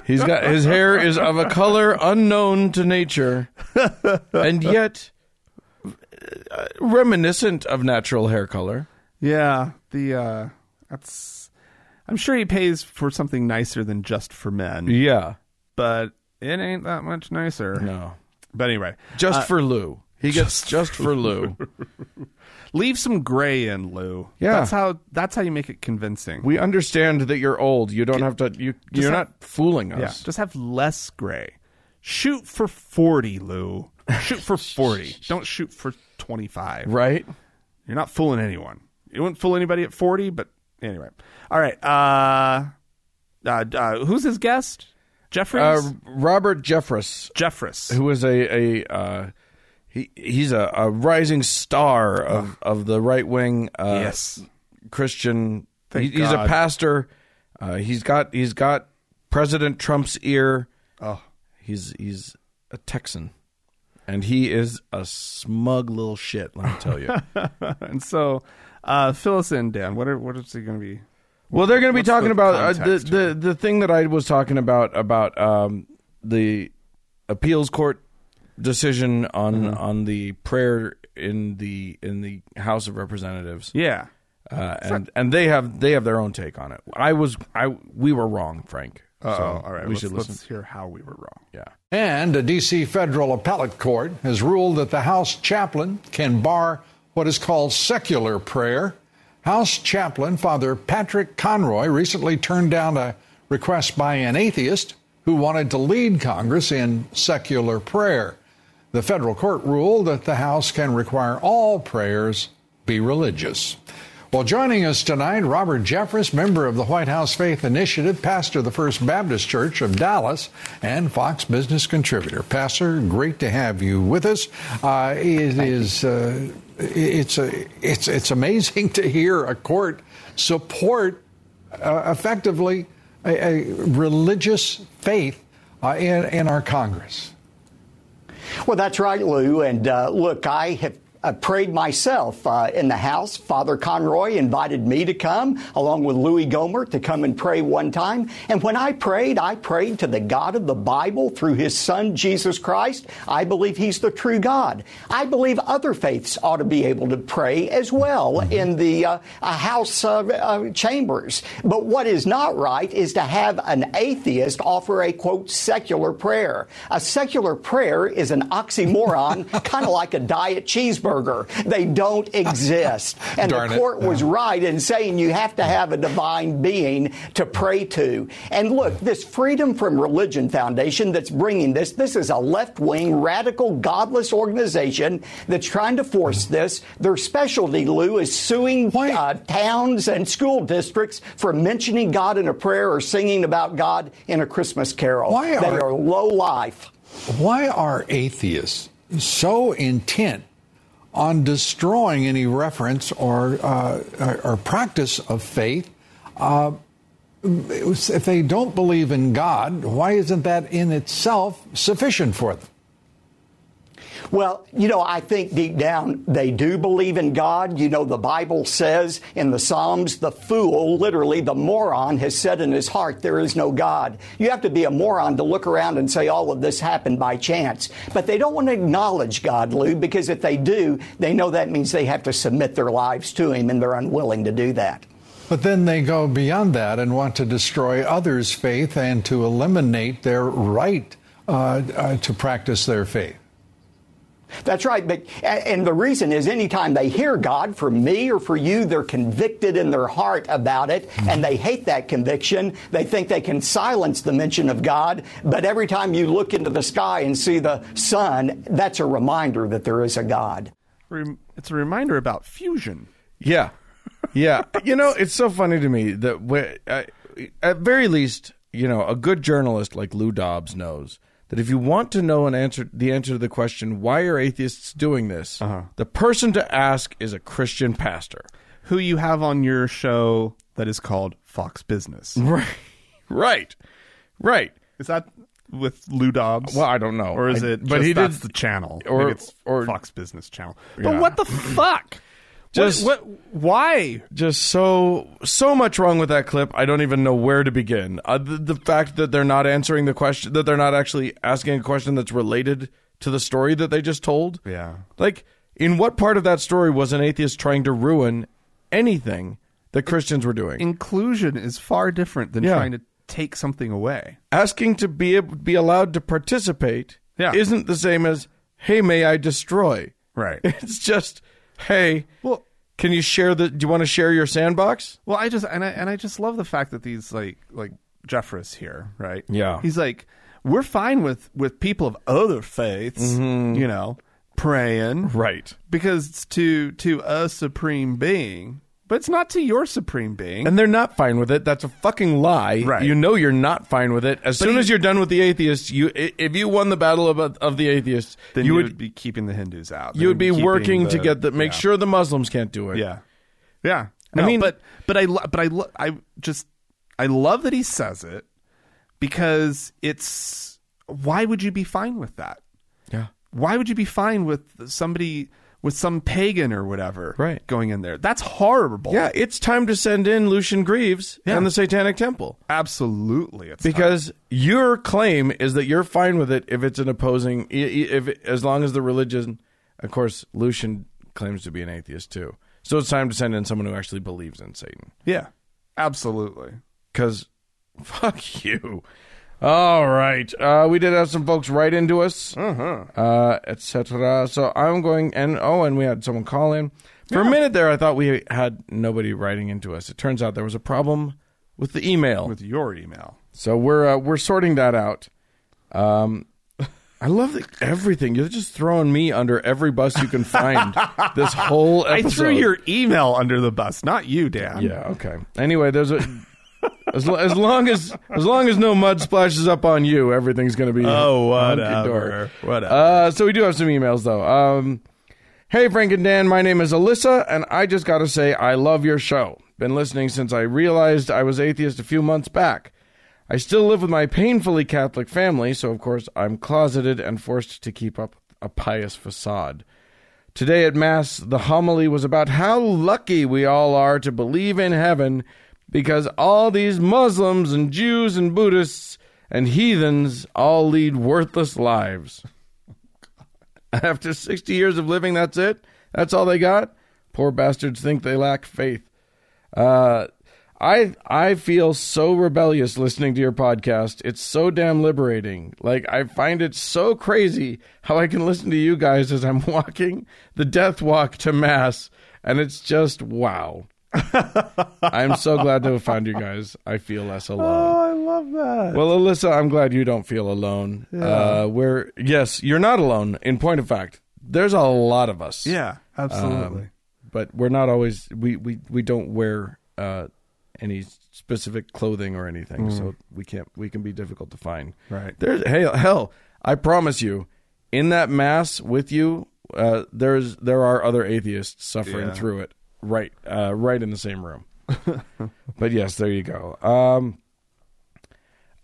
[SPEAKER 2] He's got his hair is of a color unknown to nature, and yet uh, reminiscent of natural hair color.
[SPEAKER 1] Yeah, the uh that's I'm sure he pays for something nicer than just for men,
[SPEAKER 2] Yeah,
[SPEAKER 1] but it ain't that much nicer.
[SPEAKER 2] no,
[SPEAKER 1] But anyway,
[SPEAKER 2] just for Lou. He gets just, for Lou.
[SPEAKER 1] leave some gray in, Lou.
[SPEAKER 2] Yeah.
[SPEAKER 1] that's how that's how you make it convincing.
[SPEAKER 2] We understand that you're old. You don't have to. You you're
[SPEAKER 1] have-
[SPEAKER 2] not fooling
[SPEAKER 1] yeah,
[SPEAKER 2] us.
[SPEAKER 1] just have less gray. Shoot for forty, Lou. Shoot for forty. Don't shoot for twenty-five.
[SPEAKER 2] Right?
[SPEAKER 1] You're not fooling anyone. You wouldn't fool anybody at 40, but anyway. All right. Uh, uh, uh, who's his guest? Jeffries?
[SPEAKER 2] Uh, Robert Jeffress,
[SPEAKER 1] Jeffress.
[SPEAKER 2] who is a a uh, he he's a, a rising star of of the right wing. Uh,
[SPEAKER 1] yes.
[SPEAKER 2] Christian.
[SPEAKER 1] Thank
[SPEAKER 2] he- he's
[SPEAKER 1] God.
[SPEAKER 2] a pastor. Uh, he's got he's got President Trump's ear.
[SPEAKER 1] Oh,
[SPEAKER 2] He's he's a Texan, and he is a smug little shit. Let me tell you.
[SPEAKER 1] and so uh, fill us in, Dan. What, are, what is he going to be?
[SPEAKER 2] well, they're going to be talking
[SPEAKER 1] the
[SPEAKER 2] about uh, the
[SPEAKER 1] context
[SPEAKER 2] the the thing that I was talking about about um, the appeals court decision on
[SPEAKER 1] Mm-hmm.
[SPEAKER 2] on the prayer in the in the House of Representatives.
[SPEAKER 1] Yeah.
[SPEAKER 2] Uh, and and they have they have their own take on it. I was I we were wrong, Frank.
[SPEAKER 1] Oh,
[SPEAKER 2] So
[SPEAKER 1] all right.
[SPEAKER 2] We
[SPEAKER 1] let's,
[SPEAKER 2] should listen.
[SPEAKER 1] let's hear how we were wrong.
[SPEAKER 2] Yeah.
[SPEAKER 3] And a D.C. federal appellate court has ruled that the House chaplain can bar what is called secular prayer. House chaplain Father Patrick Conroy recently turned down a request by an atheist who wanted to lead Congress in secular prayer. The federal court ruled that the House can require all prayers be religious. Well, joining us tonight, Robert Jeffress, member of the White House Faith Initiative, pastor of the First Baptist Church of Dallas, and Fox Business contributor. Pastor, great to have you with us. Uh, it is uh, it's a, it's it's amazing to hear a court support uh, effectively a, a religious faith uh, in in our Congress.
[SPEAKER 4] Well, that's right, Lou. And uh, look, I have. uh prayed myself uh, in the house. Father Conroy invited me to come, along with Louis Gomer, to come and pray one time. And when I prayed, I prayed to the God of the Bible through his son, Jesus Christ. I believe he's the true God. I believe other faiths ought to be able to pray as well
[SPEAKER 3] Mm-hmm.
[SPEAKER 4] in the uh, uh, House uh, uh, chambers. But what is not right is to have an atheist offer a quote secular prayer. A secular prayer is an oxymoron, kind of like a diet cheeseburger. They don't exist. And
[SPEAKER 3] Darn
[SPEAKER 4] the
[SPEAKER 3] it.
[SPEAKER 4] court was right in saying you have to have a divine being to pray to. And look, this Freedom from Religion Foundation that's bringing this, this is a left wing, radical, godless organization that's trying to force this. Their specialty, Lou, is suing
[SPEAKER 3] Why-
[SPEAKER 4] uh, towns and school districts for mentioning God in a prayer or singing about God in a Christmas carol.
[SPEAKER 3] Why
[SPEAKER 4] they
[SPEAKER 3] are-
[SPEAKER 4] are low life.
[SPEAKER 3] Why are atheists so intent on destroying any reference or uh, or, or practice of faith? Uh, if they don't believe in God, why isn't that in itself sufficient for them?
[SPEAKER 4] Well, you know, I think deep down they do believe in God. You know, the Bible says in the Psalms, the fool, literally the moron, has said in his heart, there is no God. You have to be a moron to look around and say all of this happened by chance. But they don't want to acknowledge God, Lou, because if they do, they know that means they have to submit their lives to Him, and they're unwilling to do that.
[SPEAKER 3] But then they go beyond that and want to destroy others' faith and to eliminate their right uh, uh, to practice their faith.
[SPEAKER 4] That's right. But and the reason is anytime they hear God for me or for you, they're convicted in their heart about it, and they hate that conviction. They think they can silence the mention of God, but every time you look into the sky and see the sun, that's a reminder that there is a God.
[SPEAKER 1] Rem- it's a reminder about fusion.
[SPEAKER 2] Yeah. Yeah. you know, it's so funny to me that wh- uh, at very least, you know, a good journalist like Lou Dobbs knows that if you want to know an answer the answer to the question why are atheists doing this,
[SPEAKER 1] Uh-huh.
[SPEAKER 2] the person to ask is a Christian pastor.
[SPEAKER 1] Who you have on your show that is called Fox Business.
[SPEAKER 2] Right. Right. Right.
[SPEAKER 1] Is that with Lou Dobbs?
[SPEAKER 2] Well, I don't know.
[SPEAKER 1] Or is
[SPEAKER 2] I-
[SPEAKER 1] it?
[SPEAKER 2] but
[SPEAKER 1] just
[SPEAKER 2] he did-
[SPEAKER 1] that's the channel,
[SPEAKER 2] or-
[SPEAKER 1] Maybe it's
[SPEAKER 2] or-
[SPEAKER 1] Fox Business Channel.
[SPEAKER 2] Yeah.
[SPEAKER 1] But what the fuck?
[SPEAKER 2] Just-
[SPEAKER 1] Just what, Why?
[SPEAKER 2] just so so much wrong with that clip. I don't even know where to begin. Uh, the, the fact that they're not answering the question, that they're not actually asking a question that's related to the story that they just told.
[SPEAKER 1] Yeah.
[SPEAKER 2] Like, in what part of that story was an atheist trying to ruin anything that Christians were doing?
[SPEAKER 1] Inclusion is far different than
[SPEAKER 2] Yeah.
[SPEAKER 1] trying to take something away.
[SPEAKER 2] asking to be ab- be allowed to participate
[SPEAKER 1] Yeah.
[SPEAKER 2] isn't the same as hey may i destroy
[SPEAKER 1] Right.
[SPEAKER 2] it's just hey
[SPEAKER 1] Well-
[SPEAKER 2] can you share the do you want to share your sandbox
[SPEAKER 1] Well, I just and I and I just love the fact that these like like Jeffress here, right?
[SPEAKER 2] Yeah.
[SPEAKER 1] he's like, we're fine with with people of other faiths, you know, praying,
[SPEAKER 2] Mm-hmm. right
[SPEAKER 1] Because it's to to a supreme being, but it's not to your supreme being.
[SPEAKER 2] and they're not fine with it that's a fucking lie
[SPEAKER 1] Right.
[SPEAKER 2] you know you're not fine with it as soon
[SPEAKER 1] he-
[SPEAKER 2] as you're done with the atheists you i- if you won the battle of, of the atheists
[SPEAKER 1] then
[SPEAKER 2] you would
[SPEAKER 1] be keeping the Hindus out. Then
[SPEAKER 2] you would be
[SPEAKER 1] keeping
[SPEAKER 2] working to
[SPEAKER 1] the-
[SPEAKER 2] get the make
[SPEAKER 1] yeah.
[SPEAKER 2] sure the muslims can't do it
[SPEAKER 1] Yeah, yeah.
[SPEAKER 2] I mean-
[SPEAKER 1] I mean, but but I lo- but I lo- I just I love that he says it because it's why would you be fine with that?
[SPEAKER 2] yeah
[SPEAKER 1] why would you be fine with somebody with some pagan or whatever
[SPEAKER 2] Right.
[SPEAKER 1] going in there? That's horrible.
[SPEAKER 2] yeah it's time to send in lucian greaves
[SPEAKER 1] Yeah.
[SPEAKER 2] and the satanic temple
[SPEAKER 1] absolutely. It's
[SPEAKER 2] because your claim is that you're fine with it if it's an opposing i- i- if as long as the religion of course lucian claims to be an atheist too so it's time to send in someone who actually believes in satan
[SPEAKER 1] yeah, absolutely.
[SPEAKER 2] because fuck you all right uh, we did have some folks write into us uh-huh. uh, etc so i'm going and oh and we had someone call in for a minute there i thought we had nobody writing into us it turns out there was a problem with the email
[SPEAKER 1] With your email,
[SPEAKER 2] so we're uh, we're sorting that out. Um, I love that everything. You're just throwing me under every bus you can find. this whole
[SPEAKER 1] I
[SPEAKER 2] episode.
[SPEAKER 1] threw your email under the bus, not you, Dan.
[SPEAKER 2] yeah. Okay. Anyway, there's a as, lo- as long as as long as no mud splashes up on you, everything's going to be
[SPEAKER 1] Oh,
[SPEAKER 2] hunky-dory.
[SPEAKER 1] whatever. Whatever.
[SPEAKER 2] Uh, so we do have some emails though. Um, hey Frank and Dan, my name is Alyssa, and I just got to say I love your show. Been listening since I realized I was atheist a few months back. I still live with my painfully Catholic family, so of course I'm closeted and forced to keep up a pious facade. Today at Mass, the homily was about how lucky we all are to believe in heaven because all these Muslims and Jews and Buddhists and heathens all lead worthless lives. After 60 years of living, that's it? That's all they got? Poor bastards think they lack faith. Uh, I I feel so rebellious listening to your podcast. It's so damn liberating. Like I find it so crazy how I can listen to you guys as I'm walking the death walk to mass, and it's just wow. I'm so glad to have found you guys. I feel less alone.
[SPEAKER 1] I love that.
[SPEAKER 2] Well, Alyssa, I'm glad you don't feel alone. Uh, we're yes, you're not alone. In point of fact, there's a lot of us
[SPEAKER 1] Yeah, absolutely.
[SPEAKER 2] but we're not always we we we don't wear uh any specific clothing or anything so we can't we can be difficult to find
[SPEAKER 1] Mm. Right.
[SPEAKER 2] there's hey hell i promise you in that mass with you uh there's there are other atheists suffering
[SPEAKER 1] Yeah.
[SPEAKER 2] through it right uh right in the same room but yes there you go um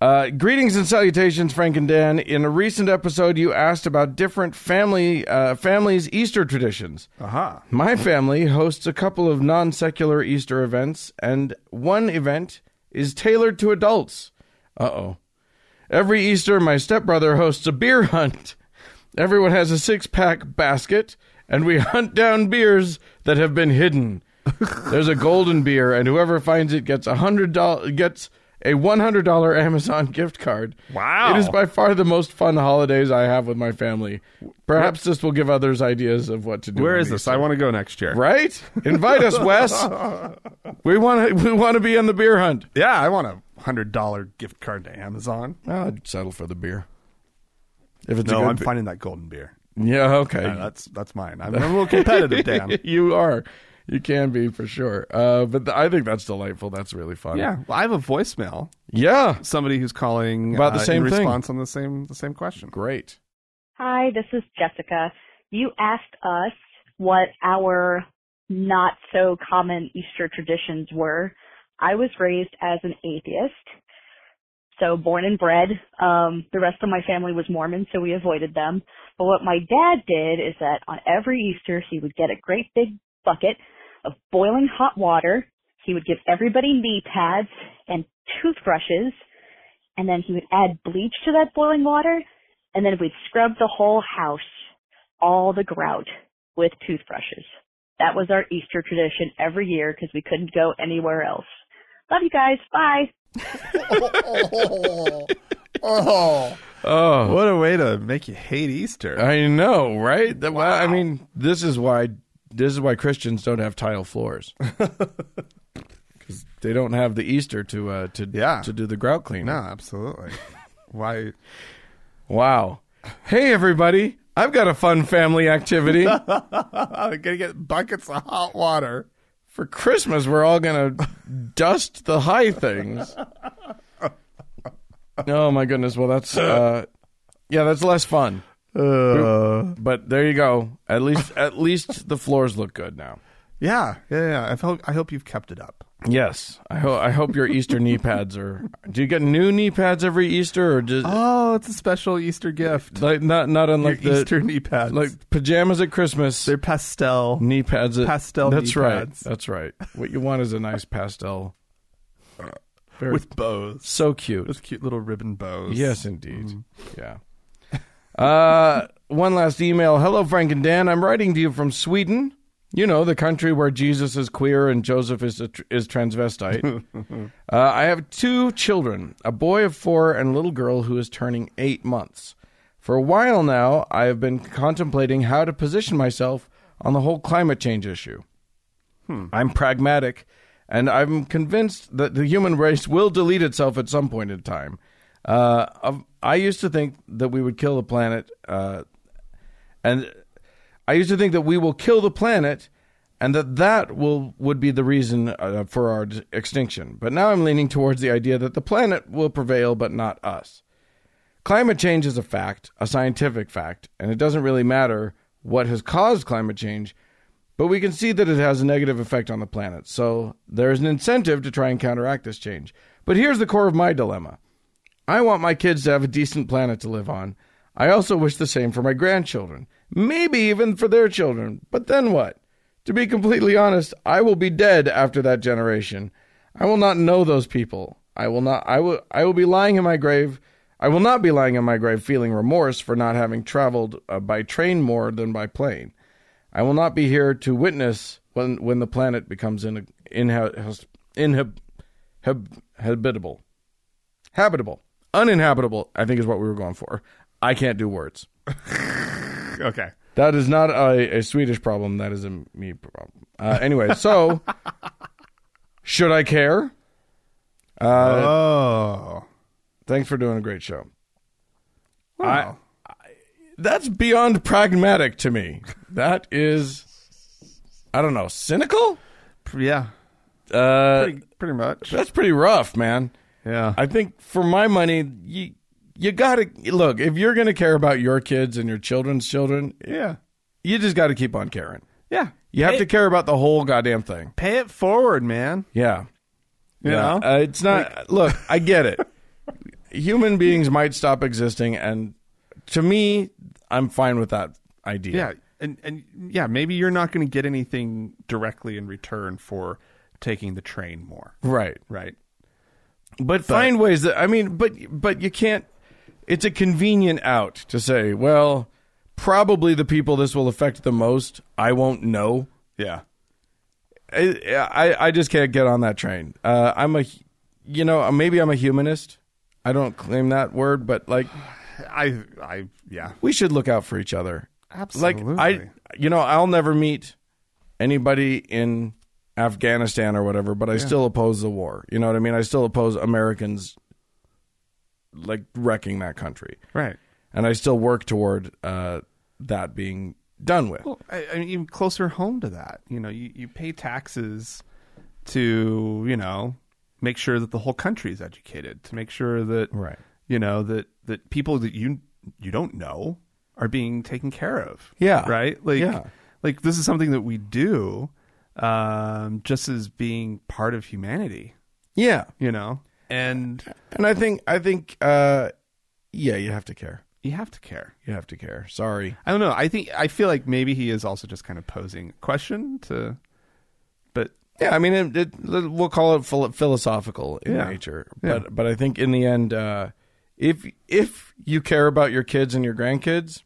[SPEAKER 2] uh, greetings and salutations, Frank and Dan. In a recent episode, you asked about different family uh, families' Easter
[SPEAKER 1] Oh,
[SPEAKER 2] traditions.
[SPEAKER 1] Aha.
[SPEAKER 2] My family hosts a couple of non secular Easter events, and one event is tailored to adults. Uh oh. Every Easter, my stepbrother hosts a beer hunt. Everyone has a six pack basket, and we hunt down beers that have been hidden. There's a golden beer, and whoever finds it gets a hundred dollar gets a one hundred dollar Amazon gift card.
[SPEAKER 1] Wow.
[SPEAKER 2] It is by far the most fun holidays I have with my family. Perhaps this will give others ideas of what to do.
[SPEAKER 1] Where
[SPEAKER 2] on
[SPEAKER 1] is
[SPEAKER 2] Easter.
[SPEAKER 1] this? I want to go next year.
[SPEAKER 2] Right? Invite us, Wes. We want to. We want to be on the beer hunt.
[SPEAKER 1] Yeah, I want a hundred dollar gift card to Amazon.
[SPEAKER 2] I'd settle for the beer. If it's a
[SPEAKER 1] No,
[SPEAKER 2] good
[SPEAKER 1] I'm
[SPEAKER 2] be-
[SPEAKER 1] finding that golden beer.
[SPEAKER 2] Yeah. Okay.
[SPEAKER 1] Uh, that's that's mine. I'm, I'm a little competitive, Dan.
[SPEAKER 2] you are. You can be for sure. Uh, but th- I think that's delightful. That's really fun.
[SPEAKER 1] Yeah, well, I have a voicemail.
[SPEAKER 2] Yeah.
[SPEAKER 1] Somebody who's calling
[SPEAKER 2] About the
[SPEAKER 1] uh,
[SPEAKER 2] same
[SPEAKER 1] in
[SPEAKER 2] thing.
[SPEAKER 1] response on the same the same question.
[SPEAKER 2] Great.
[SPEAKER 5] Hi, this is Jessica. You asked us what our not so common Easter traditions were. I was raised as an atheist. so born and bred. Um, the rest of my family was Mormon, so we avoided them. But what my dad did is that on every Easter, he would get a great big bucket of boiling hot water. He would give everybody knee pads and toothbrushes, and then he would add bleach to that boiling water, and then we'd scrub the whole house, all the grout, with toothbrushes. That was our Easter tradition every year because we couldn't go anywhere else. Love you guys. Bye.
[SPEAKER 1] oh, oh,
[SPEAKER 2] Oh,
[SPEAKER 1] what a way to make you hate Easter.
[SPEAKER 2] I know, right? That- well, I mean, this is why this is why Christians don't have tile floors because they don't have the Easter to uh, to
[SPEAKER 1] Yeah.
[SPEAKER 2] to do the grout cleaning.
[SPEAKER 1] no, absolutely. Why?
[SPEAKER 2] Wow. Hey, everybody! I've got a fun family activity
[SPEAKER 1] I'm oh, gonna get buckets of hot water.
[SPEAKER 2] for Christmas. We're all gonna dust the high things. Oh my goodness! Well, that's uh, yeah, that's less fun.
[SPEAKER 1] Uh.
[SPEAKER 2] But there you go. At least at least the floors look good now.
[SPEAKER 1] Yeah, yeah, yeah. I hope I hope you've kept it up.
[SPEAKER 2] Yes, I hope I hope your Easter knee pads are. Do you get new knee pads every Easter, or just
[SPEAKER 1] Oh, it's a special Easter gift.
[SPEAKER 2] like not not unlike
[SPEAKER 1] Your
[SPEAKER 2] the
[SPEAKER 1] Easter knee pads.
[SPEAKER 2] like pajamas at Christmas?
[SPEAKER 1] They're pastel.
[SPEAKER 2] knee pads at
[SPEAKER 1] pastel knee
[SPEAKER 2] That's right.
[SPEAKER 1] pads.
[SPEAKER 2] That's right. What you want is a nice pastel. Very,
[SPEAKER 1] with bows,
[SPEAKER 2] so cute.
[SPEAKER 1] with cute little ribbon bows.
[SPEAKER 2] Yes, indeed.
[SPEAKER 1] Mm-hmm.
[SPEAKER 2] Yeah. Uh, one last email. Hello, Frank and Dan. I'm writing to you from Sweden. You know, the country where Jesus is queer and Joseph is a tr- is transvestite. uh, I have two children, a boy of four and a little girl who is turning eight months. For a while now, I have been contemplating how to position myself on the whole climate change issue. I'm pragmatic, and I'm convinced that the human race will delete itself at some point in time. Uh, of- I used to think that we would kill the planet, uh, and I used to think that we will kill the planet, and that that will would be the reason uh, for our d- extinction. But now I'm leaning towards the idea that the planet will prevail, but not us. Climate change is a fact, a scientific fact, and it doesn't really matter what has caused climate change, but we can see that it has a negative effect on the planet. So there is an incentive to try and counteract this change. But here's the core of my dilemma I want my kids to have a decent planet to live on. I also wish the same for my grandchildren, maybe even for their children. But then what? To be completely honest, I will be dead after that generation. I will not know those people. I will not I will I will be lying in my grave. I will not be lying in my grave feeling remorse for not having traveled uh, by train more than by plane. I will not be here to witness when when the planet becomes in, inha inhab, hab, habitable habitable, uninhabitable. I think is what we were going for. I can't do words.
[SPEAKER 1] Okay.
[SPEAKER 2] That is not a, a Swedish problem. That is a me problem. Uh, anyway, so should I care?
[SPEAKER 1] oh.
[SPEAKER 2] Thanks for doing a great show.
[SPEAKER 1] Wow.
[SPEAKER 2] That's beyond pragmatic to me. That is, I don't know, cynical.
[SPEAKER 1] yeah.
[SPEAKER 2] Uh,
[SPEAKER 1] Pretty, pretty much.
[SPEAKER 2] that's pretty rough, man.
[SPEAKER 1] Yeah.
[SPEAKER 2] I think for my money, you you gotta look if you're gonna care about your kids and your children's children.
[SPEAKER 1] yeah.
[SPEAKER 2] You just got to keep on caring.
[SPEAKER 1] Yeah.
[SPEAKER 2] You have
[SPEAKER 1] Pay-
[SPEAKER 2] to care about the whole goddamn thing.
[SPEAKER 1] pay it forward, man.
[SPEAKER 2] Yeah.
[SPEAKER 1] You
[SPEAKER 2] yeah.
[SPEAKER 1] know?
[SPEAKER 2] Uh, it's not. look, I get it. Human beings might stop existing, and to me, I'm fine with that idea.
[SPEAKER 1] yeah. And and yeah, maybe you're not going to get anything directly in return for taking the train more.
[SPEAKER 2] Right.
[SPEAKER 1] Right.
[SPEAKER 2] But, find ways that I mean, but but you can't. It's a convenient out to say, well, probably the people this will affect the most, I won't know.
[SPEAKER 1] Yeah.
[SPEAKER 2] I, I I just can't get on that train. Uh, I'm a, hu- you know, maybe I'm a humanist. I don't claim that word, but like
[SPEAKER 1] I I yeah.
[SPEAKER 2] we should look out for each other.
[SPEAKER 1] Absolutely.
[SPEAKER 2] Like I, you know, I'll never meet anybody in Afghanistan or whatever, but I still oppose the war. You know what I mean? I still oppose Americans like wrecking that country,
[SPEAKER 1] Right.
[SPEAKER 2] and I still work toward uh, that being done with.
[SPEAKER 1] Well, I, I mean, even closer home to that, you know, you, you pay taxes to, you know, make sure that the whole country is educated, to make sure that,
[SPEAKER 2] Right.
[SPEAKER 1] you know, that, that people that you you don't know are being taken care of.
[SPEAKER 2] Yeah.
[SPEAKER 1] Right? Like,
[SPEAKER 2] Yeah.
[SPEAKER 1] like this is something that we do um, just as being part of humanity,
[SPEAKER 2] yeah.
[SPEAKER 1] you know? and
[SPEAKER 2] And I think I think uh yeah, you have to care.
[SPEAKER 1] you have to care.
[SPEAKER 2] You have to care. Sorry.
[SPEAKER 1] I don't know. I think I feel like maybe he is also just kind of posing a question to, but
[SPEAKER 2] Yeah, I mean it, it, we'll call it phil- philosophical in
[SPEAKER 1] Yeah.
[SPEAKER 2] nature. But but I think in the end uh if if you care about your kids and your grandkids,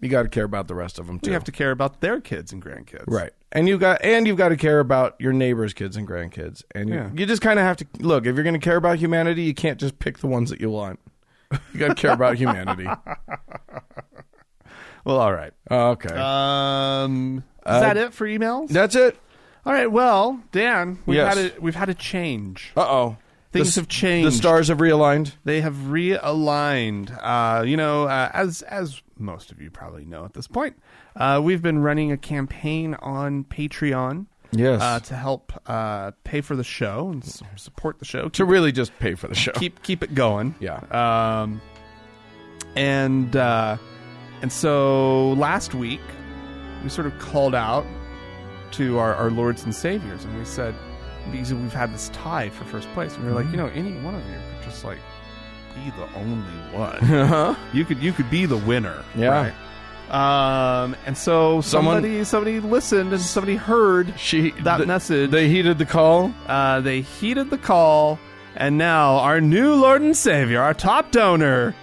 [SPEAKER 2] you got to care about the rest of them too.
[SPEAKER 1] you have to care about their kids and grandkids,
[SPEAKER 2] Right. And you got and you've got to care about your neighbors' kids and grandkids. And you,
[SPEAKER 1] Yeah.
[SPEAKER 2] you just kind of have to look, if you're going to care about humanity, you can't just pick the ones that you want. You got to care about humanity.
[SPEAKER 1] Well, all right.
[SPEAKER 2] Oh, Okay. Uh,
[SPEAKER 1] Um, is that it for emails?
[SPEAKER 2] That's it.
[SPEAKER 1] All right. Well, Dan, we've
[SPEAKER 2] Yes.
[SPEAKER 1] had a we've had a change.
[SPEAKER 2] Uh-oh.
[SPEAKER 1] Things
[SPEAKER 2] s-
[SPEAKER 1] have changed.
[SPEAKER 2] The stars have realigned.
[SPEAKER 1] They have realigned. Uh, you know, uh, as as most of you probably know at this point, uh, we've been running a campaign on Patreon.
[SPEAKER 2] Yes.
[SPEAKER 1] Uh, to help uh, pay for the show and s- support the show.
[SPEAKER 2] To really just pay for the show.
[SPEAKER 1] keep keep it going.
[SPEAKER 2] Yeah.
[SPEAKER 1] Um, and uh, and so last week we sort of called out to our, our lords and saviors, and we said because we've had this tie for first place, and we were
[SPEAKER 2] Mm-hmm.
[SPEAKER 1] like, you know, any one of you could just like be the only one.
[SPEAKER 2] Uh-huh.
[SPEAKER 1] you could you could be the winner.
[SPEAKER 2] Yeah.
[SPEAKER 1] Right? Um, and so
[SPEAKER 2] Someone-
[SPEAKER 1] somebody somebody listened and somebody heard
[SPEAKER 2] She
[SPEAKER 1] that
[SPEAKER 2] th-
[SPEAKER 1] message.
[SPEAKER 2] They heeded the call.
[SPEAKER 1] Uh, they heeded the call, and now our new Lord and Savior, our top donor,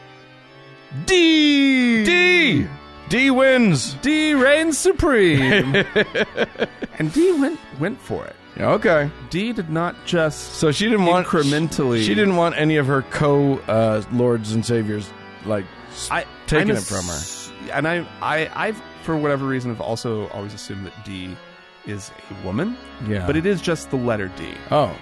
[SPEAKER 1] D
[SPEAKER 2] D D wins.
[SPEAKER 1] D reigns supreme, and D went went for it.
[SPEAKER 2] Yeah, okay.
[SPEAKER 1] D did not just
[SPEAKER 2] So she didn't want
[SPEAKER 1] Incrementally.
[SPEAKER 2] She didn't want any of her co uh, lords and saviors like s-
[SPEAKER 1] I
[SPEAKER 2] taking
[SPEAKER 1] I'm
[SPEAKER 2] it from her.
[SPEAKER 1] ass- and I I I've for whatever reason have also always assumed that D is a woman,
[SPEAKER 2] Yeah.
[SPEAKER 1] but it is just the letter D.
[SPEAKER 2] Oh.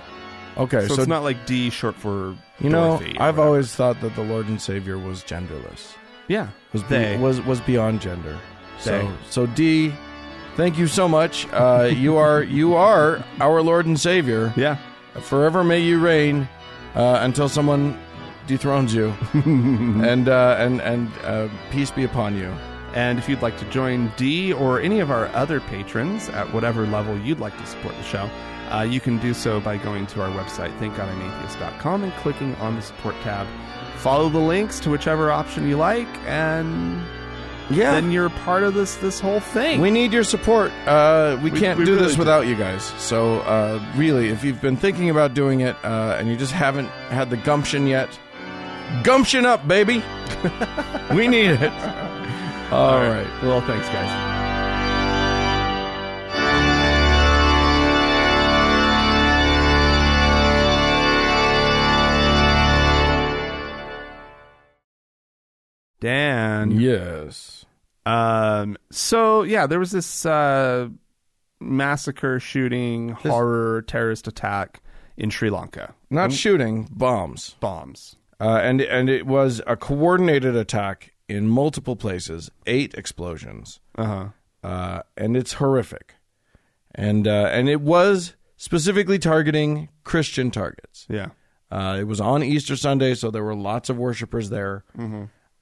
[SPEAKER 2] Okay.
[SPEAKER 1] So,
[SPEAKER 2] So,
[SPEAKER 1] it's not like D short for
[SPEAKER 2] you know,
[SPEAKER 1] Dorothy or
[SPEAKER 2] I've
[SPEAKER 1] whatever.
[SPEAKER 2] always thought that the Lord and Savior was genderless.
[SPEAKER 1] yeah
[SPEAKER 2] was be-
[SPEAKER 1] they
[SPEAKER 2] was was beyond gender.
[SPEAKER 1] They.
[SPEAKER 2] So so D, thank you so much. Uh, you are you are our Lord and Savior.
[SPEAKER 1] yeah
[SPEAKER 2] Forever may you reign uh, until someone dethrones you, and uh, and and uh, peace be upon you.
[SPEAKER 1] And if you'd like to join D or any of our other patrons at whatever level you'd like to support the show, uh, you can do so by going to our website, thankgodimatheist.com, and clicking on the support tab. Follow the links to whichever option you like, and
[SPEAKER 2] Yeah.
[SPEAKER 1] then you're part of this this whole thing.
[SPEAKER 2] we need your support. Uh, we,
[SPEAKER 1] We-
[SPEAKER 2] can't
[SPEAKER 1] we
[SPEAKER 2] do
[SPEAKER 1] really
[SPEAKER 2] this
[SPEAKER 1] do.
[SPEAKER 2] without you guys. So, uh, really, if you've been thinking about doing it uh, and you just haven't had the gumption yet, gumption up, baby. we need it. All right.
[SPEAKER 1] well, thanks, guys. Dan.
[SPEAKER 2] Yes.
[SPEAKER 1] Um. So yeah, there was this uh, massacre, shooting, horror, terrorist attack in Sri Lanka.
[SPEAKER 2] Not shooting bombs,
[SPEAKER 1] Bombs.
[SPEAKER 2] uh, and and it was a coordinated attack in multiple places, eight explosions,
[SPEAKER 1] Uh huh.
[SPEAKER 2] uh, and it's horrific, and uh, and it was specifically targeting Christian targets.
[SPEAKER 1] Yeah.
[SPEAKER 2] Uh, it was on Easter Sunday, so there were lots of worshipers there.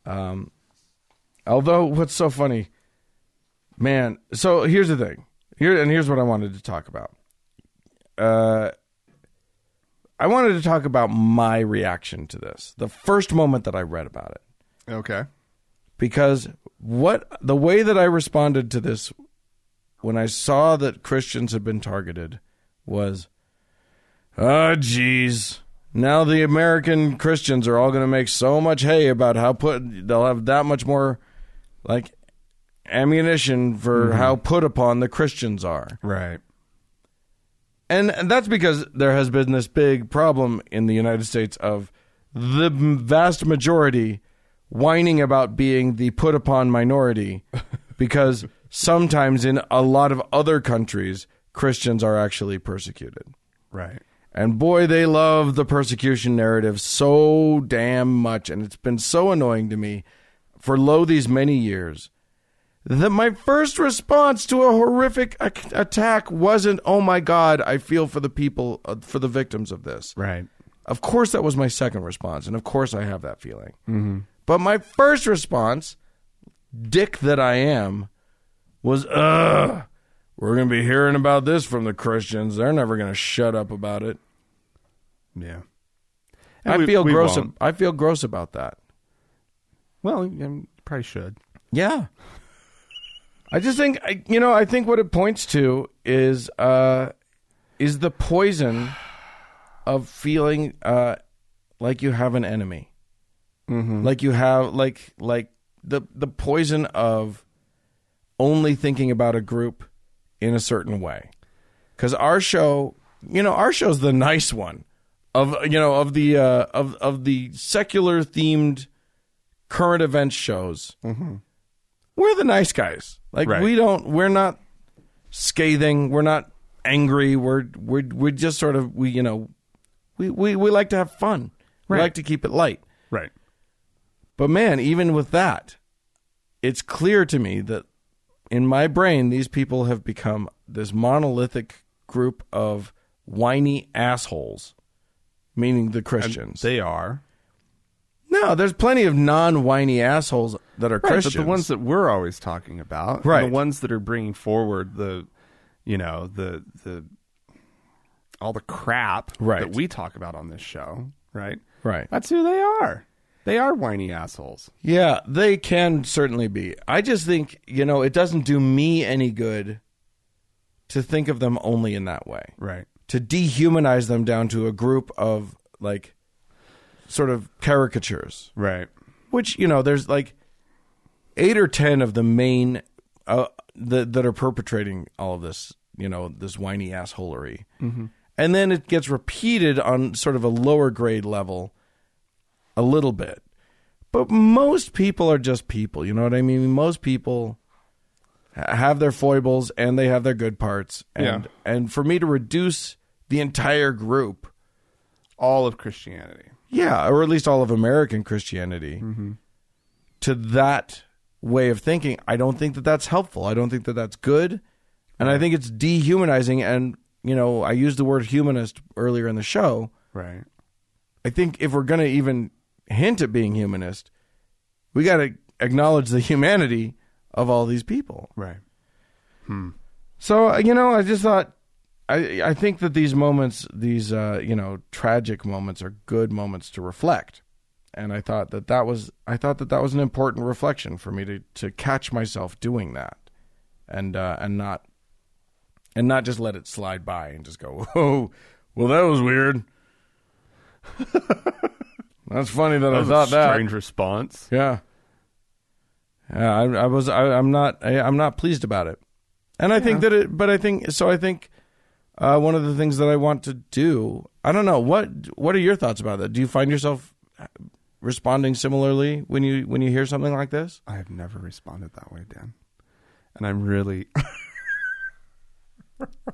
[SPEAKER 2] Um, although, what's so funny, man? So here's the thing. Here and here's what I wanted to talk about. Uh, I wanted to talk about my reaction to this. The first moment that I read about it,
[SPEAKER 1] Okay.
[SPEAKER 2] because what the way that I responded to this when I saw that Christians had been targeted was, oh, geez. Now the American Christians are all going to make so much hay about how put they'll have that much more like ammunition for how put upon the Christians are.
[SPEAKER 1] Right.
[SPEAKER 2] And that's because there has been this big problem in the United States of the m- vast majority whining about being the put upon minority because sometimes in a lot of other countries, Christians are actually persecuted.
[SPEAKER 1] Right.
[SPEAKER 2] And boy, they love the persecution narrative so damn much. And it's been so annoying to me for lo these many years that my first response to a horrific a- attack wasn't, oh my God, I feel for the people, uh, for the victims of this.
[SPEAKER 1] Right.
[SPEAKER 2] Of course, that was my second response. And of course, I have that feeling. But my first response, dick that I am, was, ugh, we're going to be hearing about this from the Christians. They're never going to shut up about it.
[SPEAKER 1] Yeah. And
[SPEAKER 2] I
[SPEAKER 1] we-
[SPEAKER 2] feel
[SPEAKER 1] we
[SPEAKER 2] gross.
[SPEAKER 1] won't.
[SPEAKER 2] I feel gross about that.
[SPEAKER 1] Well, you probably should.
[SPEAKER 2] Yeah. I just think I- you know. I think what it points to is uh, is the poison of feeling uh, like you have an enemy, like you have like like the the poison of only thinking about a group in a certain way. Because our show, you know, our show's the nice one of you know of the uh, of of the secular themed current event shows we're the nice guys. Like
[SPEAKER 1] Right.
[SPEAKER 2] we don't we're not scathing, we're not angry, we're we're we're just sort of we you know we we, we like to have fun. We like to keep it light.
[SPEAKER 1] Right.
[SPEAKER 2] But man, even with that, it's clear to me that in my brain these people have become this monolithic group of whiny assholes, meaning the Christians.
[SPEAKER 1] They are.
[SPEAKER 2] no, there's plenty of non-whiny assholes that are
[SPEAKER 1] Right, but
[SPEAKER 2] Christians.
[SPEAKER 1] the ones that we're always talking about, and
[SPEAKER 2] Right.
[SPEAKER 1] The ones that are bringing forward the, you know, the the all the crap
[SPEAKER 2] Right.
[SPEAKER 1] that we talk about on this show, right?
[SPEAKER 2] Right.
[SPEAKER 1] That's who they are. They are whiny assholes.
[SPEAKER 2] Yeah, they can certainly be. I just think, you know, it doesn't do me any good to think of them only in that way.
[SPEAKER 1] Right.
[SPEAKER 2] To dehumanize them down to a group of like sort of caricatures,
[SPEAKER 1] Right.
[SPEAKER 2] which, you know, there's like 8 or 10 of the main uh, that that are perpetrating all of this, you know, this whiny assholery. Mm-hmm. And then it gets repeated on sort of a lower grade level a little bit. But most people are just people. You know what I mean? Most people ha- have their foibles and they have their good parts. And, and for me to reduce the entire group,
[SPEAKER 1] All of Christianity.
[SPEAKER 2] yeah, or at least all of American Christianity, to that way of thinking, I don't think that that's helpful. I don't think that that's good. And I think it's dehumanizing. And, you know, I used the word humanist earlier in the show.
[SPEAKER 1] Right.
[SPEAKER 2] I think if we're going to even hint at being humanist, we got to acknowledge the humanity of all these people.
[SPEAKER 1] Right.
[SPEAKER 2] So uh, you know, I just thought, I I think that these moments, these uh, you know, tragic moments, are good moments to reflect. And I thought that that was, I thought that that was an important reflection for me to to catch myself doing that, and uh, and not, and not just let it slide by and just go, oh, well, that was weird. That's funny that, I
[SPEAKER 1] That was
[SPEAKER 2] thought
[SPEAKER 1] a
[SPEAKER 2] that.
[SPEAKER 1] strange response.
[SPEAKER 2] Yeah. Yeah, I, I was. I, I'm not. I, I'm not pleased about it, and I think that it. But I think so. I think uh, one of the things that I want to do. I don't know what. What are your thoughts about that? Do you find yourself uh, responding similarly when you when you hear something like this?
[SPEAKER 1] I have never responded that way, Dan. And I'm really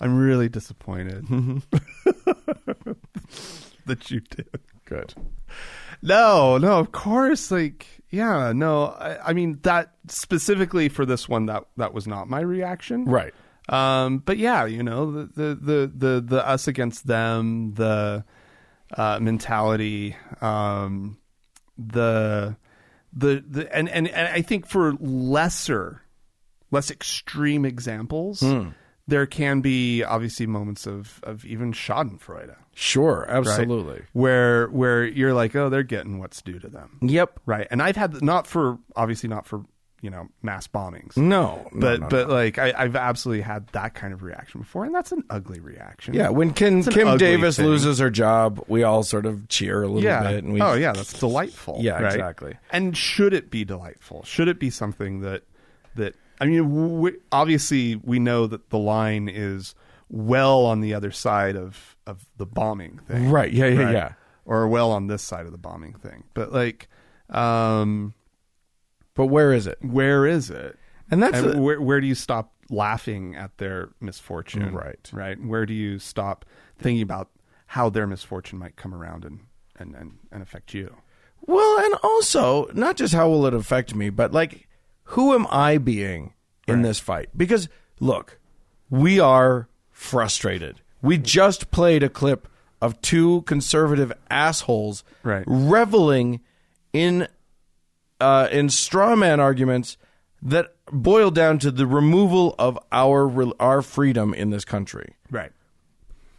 [SPEAKER 1] I'm really disappointed that you did.
[SPEAKER 2] Good.
[SPEAKER 1] No, no, of course. Like, yeah, no. I, I mean, that specifically for this one, that that was not my reaction,
[SPEAKER 2] Right.
[SPEAKER 1] Um, but yeah, you know, the the the the, the us against them, the uh, mentality, um, the the the and, and and I think for lesser, less extreme examples. There can be obviously moments of, of even Schadenfreude,
[SPEAKER 2] Sure.
[SPEAKER 1] right?
[SPEAKER 2] Absolutely.
[SPEAKER 1] Where where you're like, oh, they're getting what's due to them,
[SPEAKER 2] Yep.
[SPEAKER 1] right? And I've had not for obviously not for you know mass bombings,
[SPEAKER 2] No. no,
[SPEAKER 1] but
[SPEAKER 2] no,
[SPEAKER 1] but like I, I've absolutely had that kind of reaction before, and that's an ugly reaction.
[SPEAKER 2] yeah, when Kim
[SPEAKER 1] an
[SPEAKER 2] Kim
[SPEAKER 1] ugly
[SPEAKER 2] Davis
[SPEAKER 1] thing.
[SPEAKER 2] loses her job, we all sort of cheer a little
[SPEAKER 1] yeah.
[SPEAKER 2] bit, and we
[SPEAKER 1] oh yeah, that's delightful.
[SPEAKER 2] Yeah,
[SPEAKER 1] right?
[SPEAKER 2] exactly.
[SPEAKER 1] And should it be delightful? Should it be something that that I mean, w- obviously we know that the line is well on the other side of of the bombing thing,
[SPEAKER 2] Right, yeah, yeah,
[SPEAKER 1] right?
[SPEAKER 2] yeah.
[SPEAKER 1] or well on this side of the bombing thing. But like, um,
[SPEAKER 2] But where is it?
[SPEAKER 1] where is it?
[SPEAKER 2] And that's
[SPEAKER 1] and
[SPEAKER 2] a-
[SPEAKER 1] where where do you stop laughing at their misfortune?
[SPEAKER 2] Right.
[SPEAKER 1] right. Where do you stop thinking about how their misfortune might come around and and and, and affect you?
[SPEAKER 2] Well, and also, not just how will it affect me, but like, who am I being in this fight? Because, look, we are frustrated. We just played a clip of two conservative assholes
[SPEAKER 1] Right.
[SPEAKER 2] reveling in uh, in straw man arguments that boil down to the removal of our our freedom in this country.
[SPEAKER 1] Right.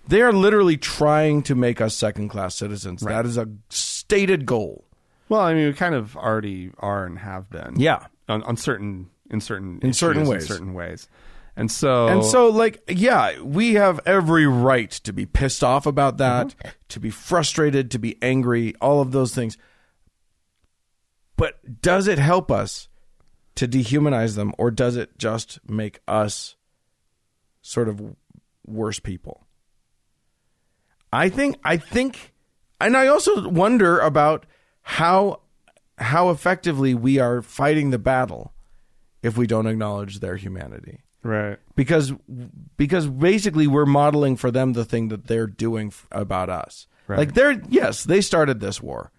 [SPEAKER 2] They are literally trying to make us second class citizens. That is a stated goal.
[SPEAKER 1] Well, I mean, we kind of already are and have been.
[SPEAKER 2] Yeah.
[SPEAKER 1] On, on certain in certain
[SPEAKER 2] In certain
[SPEAKER 1] issues,
[SPEAKER 2] ways.
[SPEAKER 1] in certain ways, and so
[SPEAKER 2] And so, like, yeah, we have every right to be pissed off about that, to be frustrated, to be angry, all of those things. But does it help us to dehumanize them, or does it just make us sort of worse people? I think, I think, and I also wonder about how how effectively we are fighting the battle if we don't acknowledge their humanity
[SPEAKER 1] right.
[SPEAKER 2] because because basically we're modeling for them the thing that they're doing f- about us. Like they're yes, they started this war,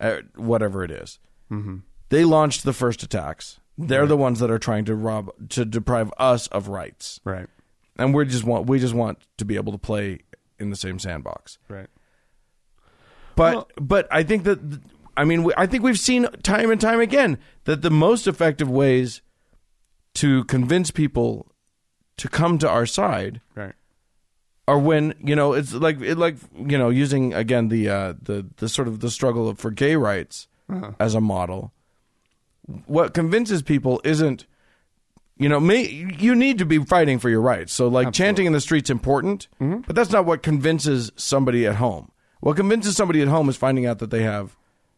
[SPEAKER 2] uh, whatever it is. They launched the first attacks. They're the ones that are trying to rob to deprive us of rights,
[SPEAKER 1] Right.
[SPEAKER 2] and we just want we just want to be able to play in the same sandbox.
[SPEAKER 1] Right.
[SPEAKER 2] But but I think that I mean we- I think we've seen time and time again that the most effective ways to convince people to come to our side
[SPEAKER 1] Right.
[SPEAKER 2] or when you know it's like it like you know using again the uh the the sort of the struggle for gay rights as a model what convinces people isn't you know may, you need to be fighting for your rights so like chanting in the streets important but that's not what convinces somebody at home what convinces somebody at home is finding out that they have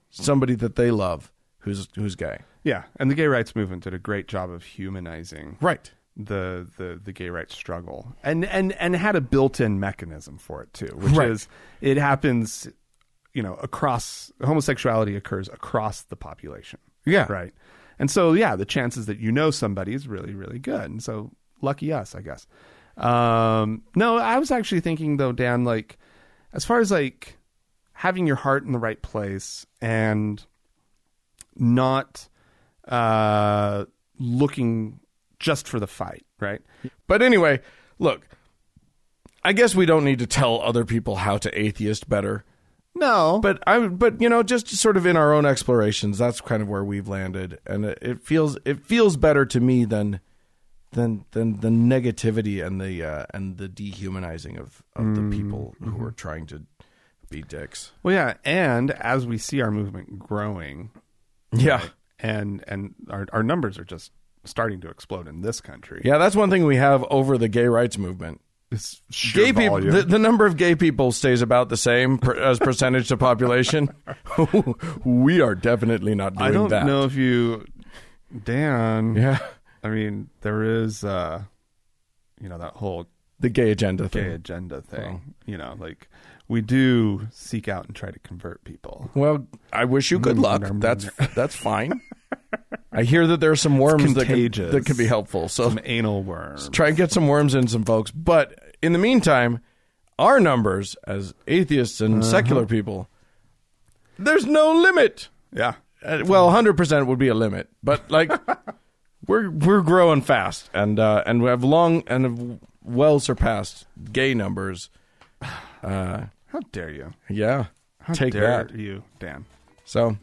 [SPEAKER 2] somebody that they love who's who's gay
[SPEAKER 1] Yeah, and the gay rights movement did a great job of humanizing
[SPEAKER 2] right
[SPEAKER 1] the the the gay rights struggle and and and had a built-in mechanism for it too which
[SPEAKER 2] Right.
[SPEAKER 1] is it happens you know across homosexuality occurs across the population
[SPEAKER 2] Yeah.
[SPEAKER 1] right and so yeah the chances that you know somebody is really really good and so lucky us i guess um no i was actually thinking though dan like as far as like having your heart in the right place and not uh looking just for the fight right
[SPEAKER 2] But anyway, look, I guess we don't need to tell other people how to atheist better.
[SPEAKER 1] no
[SPEAKER 2] But I, but you know, just sort of in our own explorations, that's kind of where we've landed, and it, it feels it feels better to me than than than the negativity and the uh, and the dehumanizing of of
[SPEAKER 1] Mm,
[SPEAKER 2] the people
[SPEAKER 1] mm-hmm.
[SPEAKER 2] who are trying to be dicks.
[SPEAKER 1] Well, yeah, and as we see our movement growing,
[SPEAKER 2] Yeah,
[SPEAKER 1] and and our our numbers are just starting to explode in this country.
[SPEAKER 2] yeah, that's one thing we have over the gay rights movement.
[SPEAKER 1] it's sheer
[SPEAKER 2] Gay people,
[SPEAKER 1] volume.
[SPEAKER 2] the, the number of gay people stays about the same per, as percentage to population. we are definitely not doing
[SPEAKER 1] I don't
[SPEAKER 2] that.
[SPEAKER 1] know if you, Dan.
[SPEAKER 2] Yeah,
[SPEAKER 1] I mean, there is, uh, you know, that whole
[SPEAKER 2] the gay agenda
[SPEAKER 1] gay
[SPEAKER 2] thing.
[SPEAKER 1] agenda thing. You know, like we do seek out and try to convert people.
[SPEAKER 2] Well, I wish you
[SPEAKER 1] Mm,
[SPEAKER 2] good luck.
[SPEAKER 1] nom,
[SPEAKER 2] That's that's fine. I hear that there are some worms that can,
[SPEAKER 1] contagious.
[SPEAKER 2] that can be helpful. So
[SPEAKER 1] Some anal worm.
[SPEAKER 2] try and get some worms in some folks. But in the meantime, our numbers as atheists
[SPEAKER 1] Uh-huh.
[SPEAKER 2] and secular people, there's no limit.
[SPEAKER 1] Yeah.
[SPEAKER 2] Uh, well, 100% would be a limit, but like we're we're growing fast and uh, and we have long and have well surpassed gay numbers.
[SPEAKER 1] How dare you?
[SPEAKER 2] Yeah.
[SPEAKER 1] How
[SPEAKER 2] Take
[SPEAKER 1] dare
[SPEAKER 2] that.
[SPEAKER 1] you, Dan?
[SPEAKER 2] So,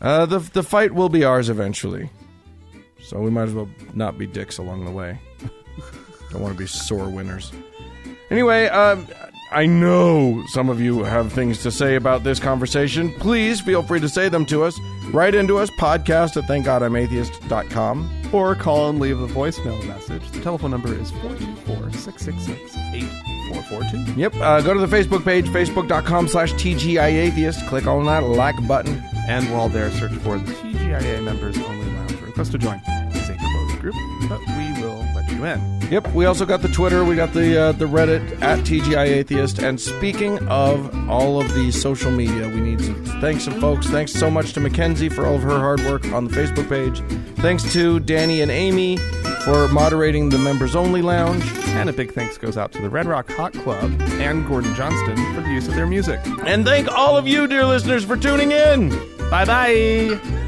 [SPEAKER 2] uh, the the fight will be ours eventually. So we might as well not be dicks along the way. Don't want to be sore winners. Anyway, um, I know some of you have things to say about this conversation. Please feel free to say them to us. Write into us, podcast at thankgodimatheist.com.
[SPEAKER 1] or call and leave a voicemail message. The telephone number is 424 666 8442.
[SPEAKER 2] Yep, uh, go to the Facebook page, facebook.com slash TGIAtheist. Click on that like button.
[SPEAKER 1] And while there, search for the TGIA Members Only Lounge. Request to join. It's a closed group, but we will let you in.
[SPEAKER 2] Yep, we also got the Twitter, we got the uh, the Reddit at TGI Atheist. And speaking of all of the social media, we need some thanks, some folks. Thanks so much to Mackenzie for all of her hard work on the Facebook page. Thanks to Danny and Amy for moderating the members only lounge.
[SPEAKER 1] And a big thanks goes out to the Red Rock Hot Club and Gordon Johnston for the use of their music.
[SPEAKER 2] And thank all of you, dear listeners, for tuning in.
[SPEAKER 1] Bye bye!